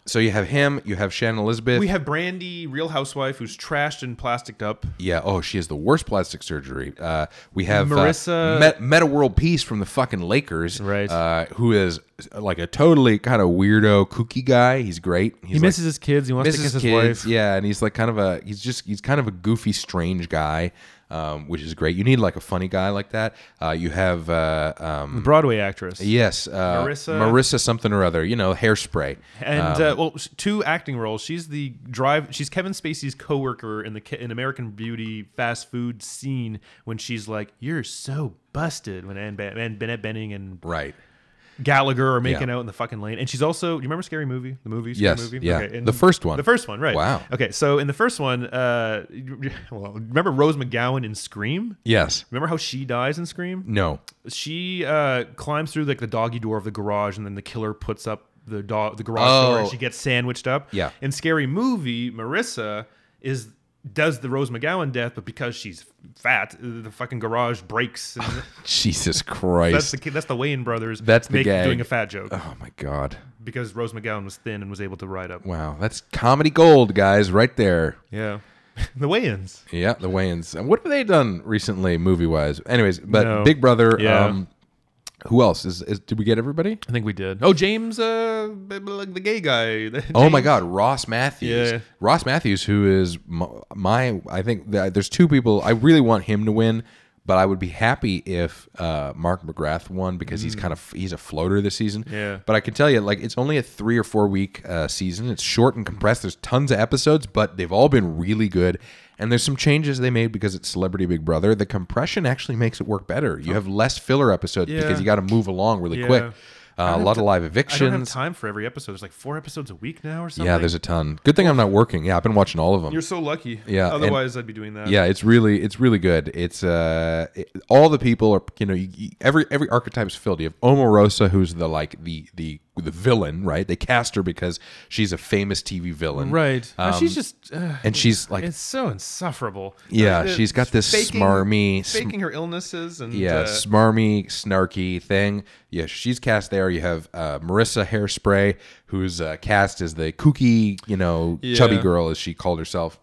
Speaker 1: So you have him. You have Shannon Elizabeth.
Speaker 2: We have Brandy, real housewife who's trashed and plasticked up.
Speaker 1: yeah. Oh, she has the worst plastic surgery. Uh, we have uh,
Speaker 2: Marissa-
Speaker 1: Met- Meta World Peace from the fucking Lakers,
Speaker 2: Right.
Speaker 1: Uh, who is like a totally kind of weirdo, kooky guy. He's great. He's
Speaker 2: He
Speaker 1: like,
Speaker 2: misses his kids. He wants to
Speaker 1: misses
Speaker 2: kiss his
Speaker 1: kids,
Speaker 2: wife.
Speaker 1: Yeah, and he's like kind of a he's just he's kind of a goofy, strange guy, um, which is great. You need like a funny guy like that. Uh, you have uh, um,
Speaker 2: Broadway actress.
Speaker 1: yes, uh,
Speaker 2: Marissa.
Speaker 1: Marissa something or other. You know, hairspray.
Speaker 2: And uh, well, s- two acting roles. She's the drive. She's Kevin Spacey's coworker in the Ke- in American Beauty fast food scene when she's like, "You're so busted." When Anne ben- and Bennett Benning and
Speaker 1: Right.
Speaker 2: Gallagher are making
Speaker 1: Yeah.
Speaker 2: out in the fucking lane. And she's also, you remember Scary Movie? The movie? Scary
Speaker 1: Yes,
Speaker 2: Movie?
Speaker 1: yeah.
Speaker 2: in-
Speaker 1: The first one.
Speaker 2: The first one, right.
Speaker 1: Wow.
Speaker 2: Okay, so in the first one, uh, well, remember Rose McGowan in Scream?
Speaker 1: Yes.
Speaker 2: Remember how she dies in Scream?
Speaker 1: No.
Speaker 2: She uh, climbs through like the doggy door of the garage, and then the killer puts up the dog the garage door, and
Speaker 1: Oh.
Speaker 2: she gets sandwiched up.
Speaker 1: Yeah.
Speaker 2: In Scary Movie, Marissa is does the Rose McGowan death, but because she's fat, the fucking garage breaks. And
Speaker 1: Jesus
Speaker 2: that's
Speaker 1: Christ.
Speaker 2: the that's the Wayne brothers.
Speaker 1: That's the gag.
Speaker 2: doing a fat joke
Speaker 1: oh my God.
Speaker 2: because Rose McGowan was thin and was able to ride up.
Speaker 1: Wow. That's comedy gold, guys. Right there.
Speaker 2: Yeah. the Wayans.
Speaker 1: Yeah, the Wayans. And what have they done recently, movie wise? Anyways, but
Speaker 2: No.
Speaker 1: Big Brother.
Speaker 2: Yeah.
Speaker 1: Um, who else is, is? Did we get everybody?
Speaker 2: I think we did. Oh, James, uh, b- b- like the gay guy.
Speaker 1: Oh my
Speaker 2: James-
Speaker 1: God, Ross Matthews.
Speaker 2: Yeah.
Speaker 1: Ross Matthews, who is my, my I think th- there's two people I really want him to win, but I would be happy if uh, Mark McGrath won because he's kind of he's a floater this season.
Speaker 2: Mm. Yeah.
Speaker 1: But I can tell you, like, it's only a three or four week uh, season. It's short and compressed. There's tons of episodes, but they've all been really good. And there's some changes they made because it's Celebrity Big Brother. The compression actually makes it work better. You have less filler episodes
Speaker 2: Oh. Yeah.
Speaker 1: because you got to move along really
Speaker 2: Yeah.
Speaker 1: quick. Uh, a lot of live
Speaker 2: I
Speaker 1: evictions.
Speaker 2: don't have time for every episode. There's like four episodes a week now or something.
Speaker 1: Yeah, there's a ton. Good thing I'm not working. Yeah, I've been watching all of them.
Speaker 2: You're so lucky.
Speaker 1: Yeah, and-
Speaker 2: Otherwise, I'd be doing that.
Speaker 1: Yeah, it's really it's really good. It's uh it- all the people are you know you, you- every every archetype's filled. You have Omarosa who's the like the the the villain, right? They cast her because she's a famous TV villain.
Speaker 2: Right. And
Speaker 1: Um,
Speaker 2: she's just. Uh,
Speaker 1: and she's like
Speaker 2: it's so insufferable.
Speaker 1: yeah,
Speaker 2: Uh,
Speaker 1: she's got this
Speaker 2: faking-
Speaker 1: smarmy sm-
Speaker 2: Faking her illnesses and.
Speaker 1: yeah,
Speaker 2: uh,
Speaker 1: smarmy, snarky thing. Yeah, she's cast there. You have uh, Marissa Hairspray, who's uh, cast as the kooky, you know, chubby
Speaker 2: Yeah.
Speaker 1: girl, as she called herself.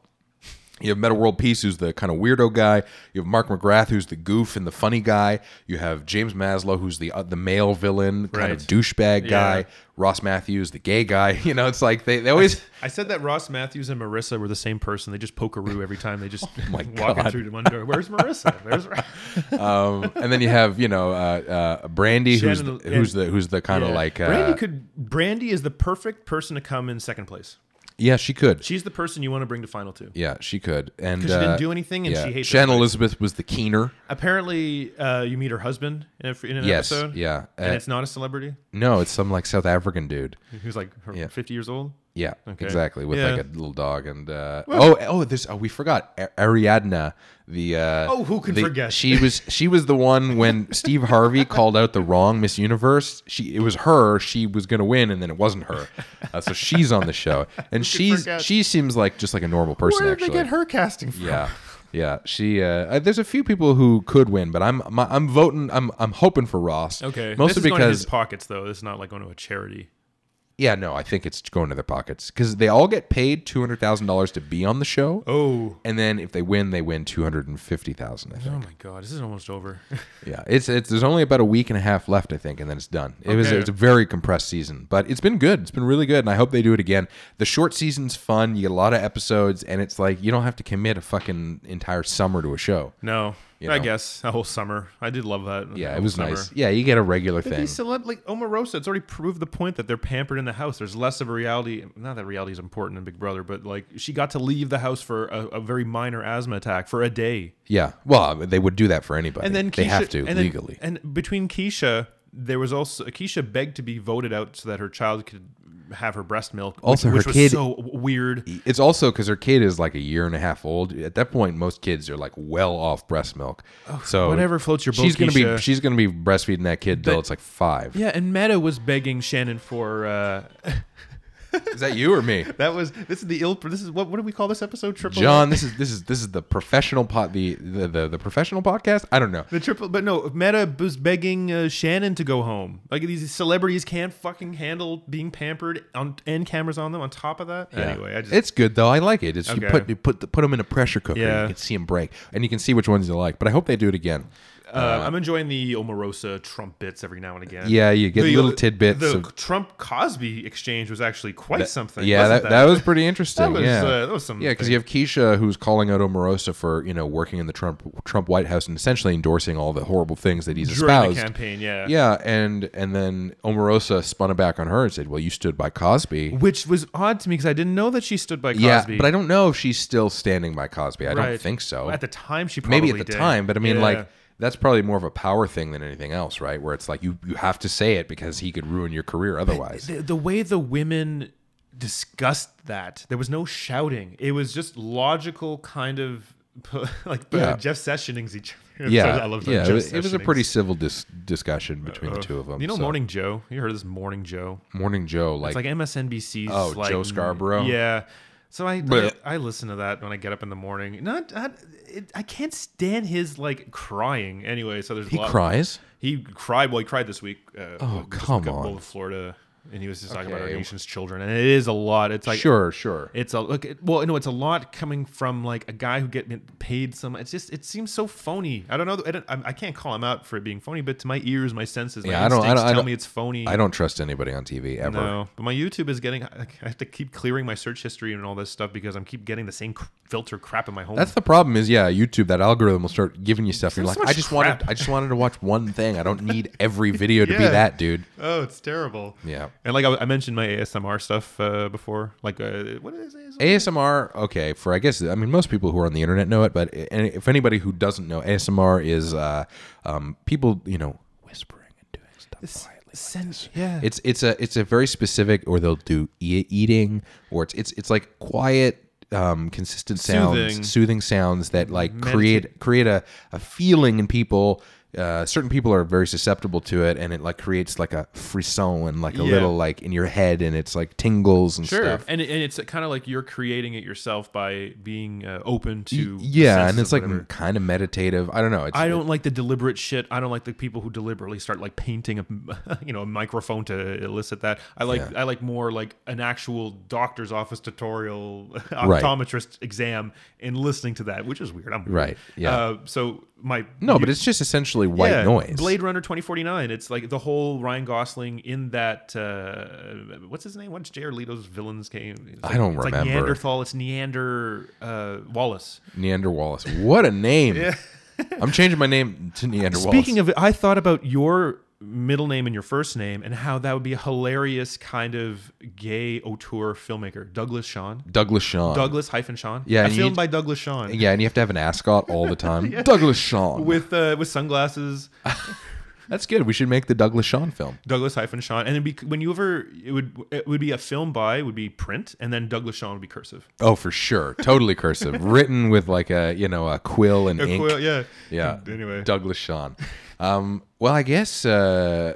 Speaker 1: You have Meta World Peace, who's the kind of weirdo guy. You have Mark McGrath, who's the goof and the funny guy. You have James Maslow, who's the uh, the male villain, kind of
Speaker 2: Right.
Speaker 1: douchebag
Speaker 2: Yeah.
Speaker 1: guy. Ross Matthews, the gay guy. You know, it's like they, they always.
Speaker 2: I said that Ross Matthews and Marissa were the same person. They just pokeroo every time. They just
Speaker 1: Oh my
Speaker 2: walk in
Speaker 1: God.
Speaker 2: through to one door. Where's Marissa? There's Ross.
Speaker 1: Um, and then you have you know uh, uh, Brandy, who's the,
Speaker 2: Shannon-
Speaker 1: who's the who's the kind of
Speaker 2: Yeah.
Speaker 1: like uh,
Speaker 2: Brandy could. Brandy is the perfect person to come in second place.
Speaker 1: yeah, she could.
Speaker 2: She's the person you want to bring to final two.
Speaker 1: Yeah, she could. And
Speaker 2: 'Cause she didn't
Speaker 1: uh,
Speaker 2: do anything and she hates
Speaker 1: Shannon
Speaker 2: everybody.
Speaker 1: Elizabeth was the keener.
Speaker 2: Apparently, uh, you meet her husband in, a, in an
Speaker 1: Yes,
Speaker 2: episode.
Speaker 1: yeah.
Speaker 2: and
Speaker 1: Uh,
Speaker 2: it's not a celebrity
Speaker 1: No, it's some like South African dude.
Speaker 2: who's like her-
Speaker 1: Yeah.
Speaker 2: 50 years old.
Speaker 1: Yeah,
Speaker 2: Okay.
Speaker 1: exactly. With
Speaker 2: Yeah.
Speaker 1: like a little dog and uh, oh oh there's oh we forgot A- Ariadna the uh,
Speaker 2: Oh, who could
Speaker 1: the-
Speaker 2: forget?
Speaker 1: she was she was the one when Steve Harvey called out the wrong Miss Universe she it was her she was gonna win and then it wasn't her uh, so she's on the show and she's
Speaker 2: forget?
Speaker 1: she seems like just like a normal person
Speaker 2: Where did
Speaker 1: actually
Speaker 2: they get her casting from?
Speaker 1: Yeah, yeah. She. Uh, uh, there's a few people who could win, but I'm my, I'm voting. I'm I'm hoping for Ross.
Speaker 2: Okay.
Speaker 1: Mostly
Speaker 2: this is going to his
Speaker 1: because
Speaker 2: pockets though. This is not like going to a charity.
Speaker 1: yeah, no, I think it's going to their pockets because they all get paid two hundred thousand dollars to be on the show,
Speaker 2: Oh.
Speaker 1: and then if they win, they win two hundred and fifty thousand. I think.
Speaker 2: Oh my god, this is almost over.
Speaker 1: Yeah, it's it's there's only about a week and a half left, I think, and then it's done. It was
Speaker 2: Okay.
Speaker 1: it's a very compressed season, but it's been good. It's been really good, and I hope they do it again. The short season's fun. You get a lot of episodes, and it's like you don't have to commit a fucking entire summer to a show.
Speaker 2: no.
Speaker 1: you
Speaker 2: I
Speaker 1: know?
Speaker 2: guess a whole summer. I did love that.
Speaker 1: Yeah,
Speaker 2: a
Speaker 1: it
Speaker 2: whole
Speaker 1: was
Speaker 2: summer.
Speaker 1: nice. Yeah, you get a regular
Speaker 2: But
Speaker 1: thing.
Speaker 2: these celeb- like Omarosa, it's already proved the point that they're pampered in the house. There's less of a reality. Not that reality is important in Big Brother, but like she got to leave the house for a, a very minor asthma attack for a day,
Speaker 1: Yeah. Well, they would do that for anybody.
Speaker 2: and then Keisha,
Speaker 1: they have to
Speaker 2: and then-
Speaker 1: legally.
Speaker 2: and between Keisha, there was also Keisha begged to be voted out so that her child could have her breast milk. which-
Speaker 1: Also, her
Speaker 2: which,
Speaker 1: kid-
Speaker 2: was so w- weird.
Speaker 1: it's also because her kid is like a year and a half old. At that point, most kids are like well off breast milk. so
Speaker 2: Oh, whatever floats your boat,
Speaker 1: She's gonna be
Speaker 2: Keisha.
Speaker 1: she's gonna be breastfeeding that kid till it's like five.
Speaker 2: Yeah, and Meta was begging Shannon for. Uh,
Speaker 1: Is that you or me?
Speaker 2: that was this is the ill. This is what what do we call this episode? Triple
Speaker 1: John, this is this is this is the professional pot the the, the the professional podcast. I don't know.
Speaker 2: The triple, but no, Meta was begging uh, Shannon to go home. Like these celebrities can't fucking handle being pampered on and cameras on them. On top of that, anyway, I just
Speaker 1: it's good though. I like it. It's you
Speaker 2: Okay.
Speaker 1: put you put the, put them in a pressure cooker.
Speaker 2: Yeah.
Speaker 1: You can see them break, and you can see which ones you like. But I hope they do it again.
Speaker 2: uh, I'm enjoying the Omarosa Trump bits every now and again.
Speaker 1: Yeah, you get
Speaker 2: The-
Speaker 1: little tidbits.
Speaker 2: The
Speaker 1: of,
Speaker 2: Trump Cosby exchange was actually quite something.
Speaker 1: Yeah,
Speaker 2: wasn't
Speaker 1: that, that was pretty interesting.
Speaker 2: That was,
Speaker 1: yeah,
Speaker 2: uh, that was something.
Speaker 1: Yeah, because you have Keisha who's calling out Omarosa for you know working in the Trump Trump White House and essentially endorsing all the horrible things that he's
Speaker 2: during
Speaker 1: espoused.
Speaker 2: the campaign, yeah,
Speaker 1: Yeah, and and then Omarosa spun it back on her and said, "Well, you stood by Cosby."
Speaker 2: which was odd to me because I didn't know that she stood by Cosby.
Speaker 1: Yeah, but I don't know if she's still standing by Cosby. I don't
Speaker 2: Right.
Speaker 1: think so.
Speaker 2: at the time she probably
Speaker 1: Maybe at the
Speaker 2: did.
Speaker 1: time, but I mean,
Speaker 2: Yeah.
Speaker 1: like that's probably more of a power thing than anything else, right? Where it's like you you have to say it because he could ruin your career otherwise.
Speaker 2: the, the way the women discussed that there was no shouting it was just logical kind of po- like
Speaker 1: Yeah.
Speaker 2: uh, jeff sessionings each other
Speaker 1: yeah,
Speaker 2: i love that
Speaker 1: yeah. It
Speaker 2: Jeff
Speaker 1: was, it was a
Speaker 2: Sessionings.
Speaker 1: pretty civil dis- discussion between the two of them.
Speaker 2: Uh, you know
Speaker 1: so-
Speaker 2: morning joe you heard of this morning joe
Speaker 1: Morning Joe, like,
Speaker 2: it's like msnbc's
Speaker 1: Oh,
Speaker 2: like,
Speaker 1: Joe Scarborough?
Speaker 2: yeah so I, I
Speaker 1: Blech.
Speaker 2: I listen to that when I get up in the morning. Not, not it, I can't stand his like crying. Anyway, so there's
Speaker 1: he
Speaker 2: a lot,
Speaker 1: cries.
Speaker 2: He cried. Well, he cried this week. Uh, oh
Speaker 1: come on.
Speaker 2: Of Florida, and he was just talking about our
Speaker 1: Okay.
Speaker 2: nation's children, and it is a lot. It's like
Speaker 1: sure, sure.
Speaker 2: It's a look. It, well, no, it's a lot coming from like a guy who get paid some. It's just it seems so phony. I don't know. I, don't, I, I can't call him out for it being phony, but to my ears, my senses, my
Speaker 1: Yeah, I don't- I
Speaker 2: instincts
Speaker 1: don't- I
Speaker 2: tell
Speaker 1: don't-
Speaker 2: me it's phony.
Speaker 1: I don't trust anybody on TV ever.
Speaker 2: No, but my YouTube is getting. I I have to keep clearing my search history and all this stuff because I'm keep getting the same cr- filter crap in my home.
Speaker 1: That's the problem. Is yeah, YouTube that algorithm will start giving you stuff. You're
Speaker 2: There's
Speaker 1: like,
Speaker 2: so
Speaker 1: I
Speaker 2: much
Speaker 1: just
Speaker 2: crap."
Speaker 1: wanted, I just wanted to watch one thing. I don't need every video to be
Speaker 2: Yeah.
Speaker 1: that, dude.
Speaker 2: oh, it's terrible.
Speaker 1: Yeah.
Speaker 2: and like I, I mentioned my ASMR stuff uh, before. Like, uh, what is ASMR?
Speaker 1: ASMR, okay, for I guess I mean most people who are on the internet know it, but i- and if anybody who doesn't know, ASMR is uh, um, people you know whispering and doing stuff quietly.
Speaker 2: Sen- yeah.
Speaker 1: It's it's a it's a very specific, or they'll do e- eating, or it's it's it's like quiet, um, consistent sounds,
Speaker 2: Soothing.
Speaker 1: soothing, sounds that like create create a, a feeling in people. Uh, certain people are very susceptible to it, and it like creates like a frisson and like a
Speaker 2: Yeah.
Speaker 1: little like in your head, and it's like tingles and
Speaker 2: Sure,
Speaker 1: stuff.
Speaker 2: and it- and it's kind of like you're creating it yourself by being uh, open to the
Speaker 1: yeah,
Speaker 2: senses
Speaker 1: and it's
Speaker 2: of
Speaker 1: like
Speaker 2: whatever.
Speaker 1: kind of meditative. I don't know. It's,
Speaker 2: I don't like the deliberate shit. I don't like the people who deliberately start like painting a you know a microphone to elicit that. I like I like more like an actual doctor's office tutorial optometrist exam and listening to that, which is weird. I'm weird.
Speaker 1: Right, yeah.
Speaker 2: Uh, so my
Speaker 1: no, but it's just essentially white
Speaker 2: yeah,
Speaker 1: noise.
Speaker 2: Blade Runner 2049. It's like the whole Ryan Gosling in that. Uh, what's his name? What's Jared Leto's villain's game? It's like-
Speaker 1: I don't
Speaker 2: it's Like
Speaker 1: remember.
Speaker 2: Neanderthal. It's Neander uh, Wallace.
Speaker 1: Neander Wallace. What a name! I'm changing my name to Neander Wallace.
Speaker 2: Speaking of it, I thought about your middle name and your first name and how that would be a hilarious kind of gay auteur filmmaker. Douglas Sean.
Speaker 1: Douglas Sean.
Speaker 2: Douglas hyphen Sean.
Speaker 1: Yeah,
Speaker 2: A
Speaker 1: and you
Speaker 2: film
Speaker 1: need-
Speaker 2: by Douglas Sean.
Speaker 1: yeah, and you have to have an ascot all the time. Douglas Sean.
Speaker 2: With uh, with sunglasses.
Speaker 1: That's good. We should make the Douglas Sean film.
Speaker 2: Douglas hyphen Sean, and it'd be when you ever it would it would be a film by would be print, and then Douglas Sean would be cursive.
Speaker 1: Oh, for sure. Totally cursive. Written with like a you know a quill and ink.
Speaker 2: Well, yeah,
Speaker 1: Yeah.
Speaker 2: Anyway.
Speaker 1: Douglas Sean. Um, well, I guess. Uh,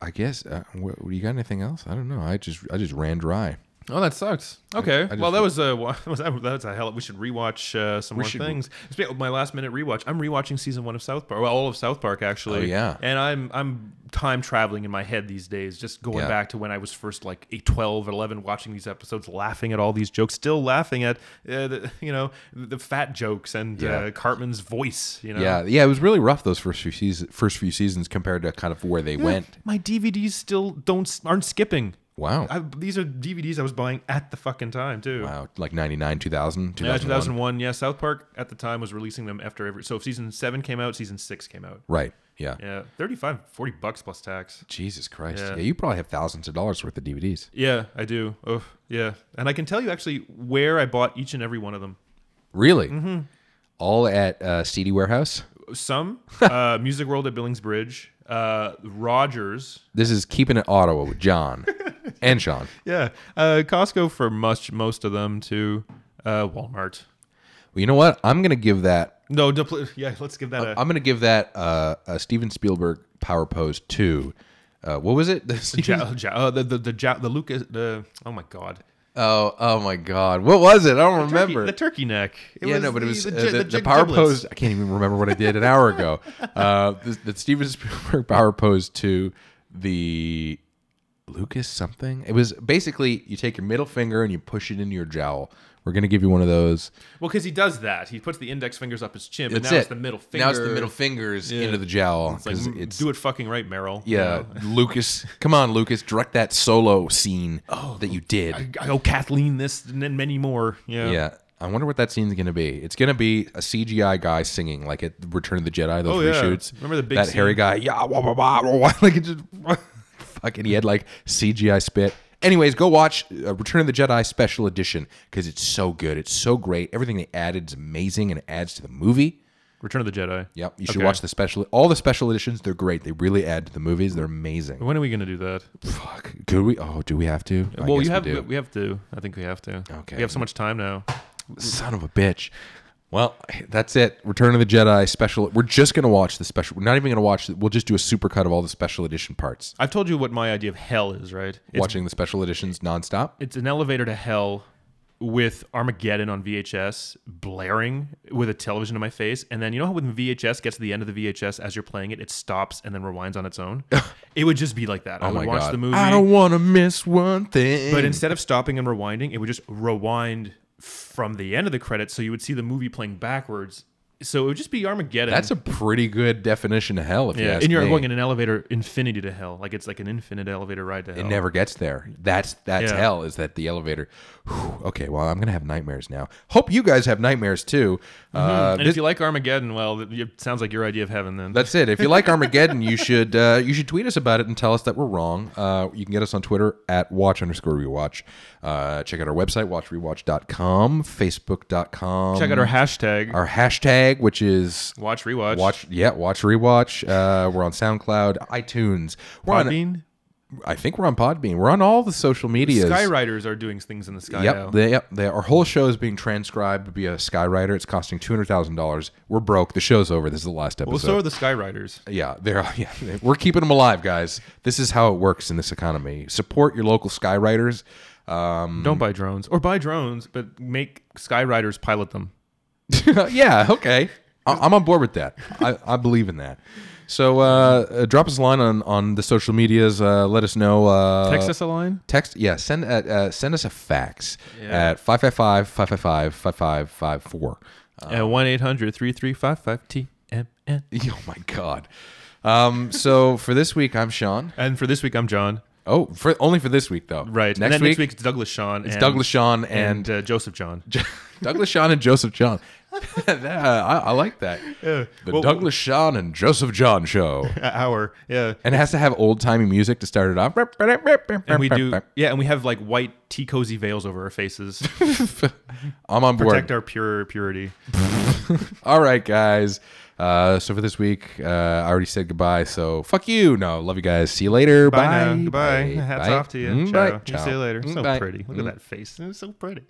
Speaker 1: I guess. Uh, wh- you got anything else? I don't know. I just I just ran dry.
Speaker 2: Oh, that sucks. Okay.
Speaker 1: just-
Speaker 2: well, that was a wa- that was that was a hell. Of, we should rewatch uh, some more
Speaker 1: should-
Speaker 2: things. Speaking of my last minute rewatch. I'm rewatching season one of South Park. Well, all of South Park actually.
Speaker 1: Oh, yeah.
Speaker 2: And I'm I'm time traveling in my head these days, just going
Speaker 1: Yeah.
Speaker 2: back to when I was first like 8, 12, 11, watching these episodes, laughing at all these jokes, still laughing at uh, the, you know the fat jokes and uh,
Speaker 1: Yeah.
Speaker 2: Cartman's voice. You know.
Speaker 1: Yeah, yeah, it was really rough those first few seasons, first few seasons compared to kind of where they went.
Speaker 2: My DVDs still don't aren't skipping.
Speaker 1: Wow.
Speaker 2: I, these are DVDs I was buying at the fucking time too.
Speaker 1: wow. Like 99, 2000, 2001.
Speaker 2: Yeah, 2001. Yeah, South Park at the time was releasing them after every. So if season seven came out, season six came out.
Speaker 1: Right. Yeah.
Speaker 2: Yeah, 35, 40 bucks plus tax.
Speaker 1: Jesus Christ. Yeah.
Speaker 2: Yeah.
Speaker 1: You probably have thousands of dollars worth of DVDs.
Speaker 2: Yeah, I do. Oh, yeah. And I can tell you actually where I bought each and every one of them.
Speaker 1: Really?
Speaker 2: Mm-hmm.
Speaker 1: All at uh, CD Warehouse.
Speaker 2: Some uh, Music World at Billingsbridge, uh, Rogers.
Speaker 1: This is keeping it Ottawa with John and Sean.
Speaker 2: Yeah, uh, Costco for much most of them too. Uh, Walmart.
Speaker 1: Well, you know what? I'm gonna give that.
Speaker 2: No, don't pl- yeah. Let's give that a
Speaker 1: I'm gonna give that uh, a Steven Spielberg power pose two. Uh, what was it? The Steven-
Speaker 2: ja, ja, uh, the the the, ja, the Lucas the oh my god
Speaker 1: oh, oh my God! What was it? I don't
Speaker 2: Turkey-
Speaker 1: remember.
Speaker 2: the turkey neck. It
Speaker 1: yeah, no, but it was uh, the,
Speaker 2: gi-
Speaker 1: the,
Speaker 2: jig
Speaker 1: power
Speaker 2: giblets.
Speaker 1: pose. I can't even remember what I did an hour ago. Uh, the, the Steven Spielberg power pose to the Lucas something. It was basically you take your middle finger and you push it into your jowl. We're gonna give you one of those.
Speaker 2: Well, because he does that. He puts the index fingers up his chin, but
Speaker 1: That's
Speaker 2: now
Speaker 1: it.
Speaker 2: it's the middle finger.
Speaker 1: Now it's the middle fingers into the jowl
Speaker 2: It's like,
Speaker 1: because
Speaker 2: mm,
Speaker 1: it's,
Speaker 2: do it fucking right, Meryl.
Speaker 1: yeah. Lucas, come on, Lucas, direct that solo scene that you did.
Speaker 2: You know? Oh, I owe Kathleen this and then many more. Yeah.
Speaker 1: yeah. I wonder what that scene's gonna be. It's gonna be a CGI guy singing, like at Return of the Jedi, those
Speaker 2: Oh, yeah.
Speaker 1: reshoots.
Speaker 2: Remember the big
Speaker 1: that hairy
Speaker 2: scene?
Speaker 1: guy? Yeah, wah, wah, wah, wah, wah, like it just fucking. He had like CGI spit. Anyways, go watch uh, Return of the Jedi Special Edition because it's so good. It's so great. Everything they added is amazing and it adds to the movie.
Speaker 2: Return of the Jedi.
Speaker 1: Yep, you should
Speaker 2: Okay.
Speaker 1: watch the special. All the special editions, they're great. They really add to the movies. They're amazing.
Speaker 2: When are we going to do that?
Speaker 1: Fuck. Could we? Oh, do we have to? I
Speaker 2: well,
Speaker 1: guess
Speaker 2: you have
Speaker 1: We do.
Speaker 2: we have to. I think we have to.
Speaker 1: Okay.
Speaker 2: We have so much time now.
Speaker 1: Son of a bitch. Well, that's it. Return of the Jedi special. We're just gonna watch the special. We're not even gonna watch. The, we'll just do a supercut of all the special edition parts.
Speaker 2: I've told you what my idea of hell is, right? It's,
Speaker 1: Watching the special editions nonstop.
Speaker 2: it's an elevator to hell with Armageddon on VHS blaring with a television in my face. And then you know how when VHS gets to the end of the VHS as you're playing it, it stops and then rewinds on its own? it would just be like that.
Speaker 1: Oh
Speaker 2: I would
Speaker 1: my
Speaker 2: watch
Speaker 1: god.
Speaker 2: the movie.
Speaker 1: I don't want to miss one thing.
Speaker 2: But instead of stopping and rewinding, it would just rewind from the end of the credits, so you would see the movie playing backwards. So it would just be Armageddon.
Speaker 1: that's a pretty good definition of hell. If you
Speaker 2: yeah,
Speaker 1: ask
Speaker 2: and you're
Speaker 1: me.
Speaker 2: going in an elevator infinity to hell, like it's like an infinite elevator ride to hell.
Speaker 1: It never gets there. That's that's
Speaker 2: Yeah.
Speaker 1: hell. Is that the elevator? Whew. okay. Well, I'm gonna have nightmares now. Hope you guys have nightmares too.
Speaker 2: Mm-hmm.
Speaker 1: Uh,
Speaker 2: and if you like Armageddon, well, it- it sounds like your idea of heaven then.
Speaker 1: That's it. If you like Armageddon, you should uh, you should tweet us about it and tell us that we're wrong. Uh, you can get us on Twitter at watch underscore rewatch. Uh, check out our website, watchrewatch.com, facebook.com.
Speaker 2: Check out our hashtag
Speaker 1: our hashtag, which is
Speaker 2: watch rewatch
Speaker 1: watch yeah, watch rewatch. Uh, we're on SoundCloud, iTunes. We're on
Speaker 2: Podbean.
Speaker 1: I think we're on Podbean. We're on all the social medias.
Speaker 2: Skyriders are doing things in the sky now.
Speaker 1: Yep, they, yep. They, our whole show is being transcribed via Skywriter. It's costing two hundred thousand dollars. We're broke. The show's over. This is the last episode.
Speaker 2: well, so are the Skyriders.
Speaker 1: Yeah, they're yeah, they- we're keeping them alive, guys. This is how it works in this economy. Support your local skywriters. Um,
Speaker 2: Don't buy drones or buy drones, but make Skyriders pilot them.
Speaker 1: yeah, okay, I, I'm on board with that. I, I believe in that. So uh, uh, drop us a line on on the social medias. Uh, let us know. Uh,
Speaker 2: Text us a line.
Speaker 1: Text, yeah, send uh, uh, send us a fax
Speaker 2: Yeah.
Speaker 1: at 555-555-5554. Uh,
Speaker 2: at 1 800 3355 TMN.
Speaker 1: oh my god. Um, so for this week, I'm Sean.
Speaker 2: And for this week, I'm John.
Speaker 1: Oh, for only for this week though.
Speaker 2: Right. and
Speaker 1: Next
Speaker 2: then
Speaker 1: week,
Speaker 2: next week's Douglas Sean. It's
Speaker 1: Douglas Sean and
Speaker 2: and, uh, Joseph John.
Speaker 1: Douglas Sean and Joseph John. That- I, I like that. The
Speaker 2: Well-
Speaker 1: Douglas Sean and Joseph John show.
Speaker 2: Hour. Yeah.
Speaker 1: And it has to have old timey music to start it off.
Speaker 2: And we do, yeah, and we have like white tea cozy veils over our faces.
Speaker 1: I'm on board.
Speaker 2: Protect our pure purity.
Speaker 1: All right, guys. Uh, so for this week, uh, I already said goodbye. So fuck you. No, love you guys. See you later. Bye.
Speaker 2: Bye now. Goodbye. Hats
Speaker 1: Bye.
Speaker 2: off to you.
Speaker 1: Mm,
Speaker 2: Ciao.
Speaker 1: bye.
Speaker 2: You See you later.
Speaker 1: Mm,
Speaker 2: so
Speaker 1: bye.
Speaker 2: pretty. Look
Speaker 1: Mm.
Speaker 2: at that face. It's so pretty.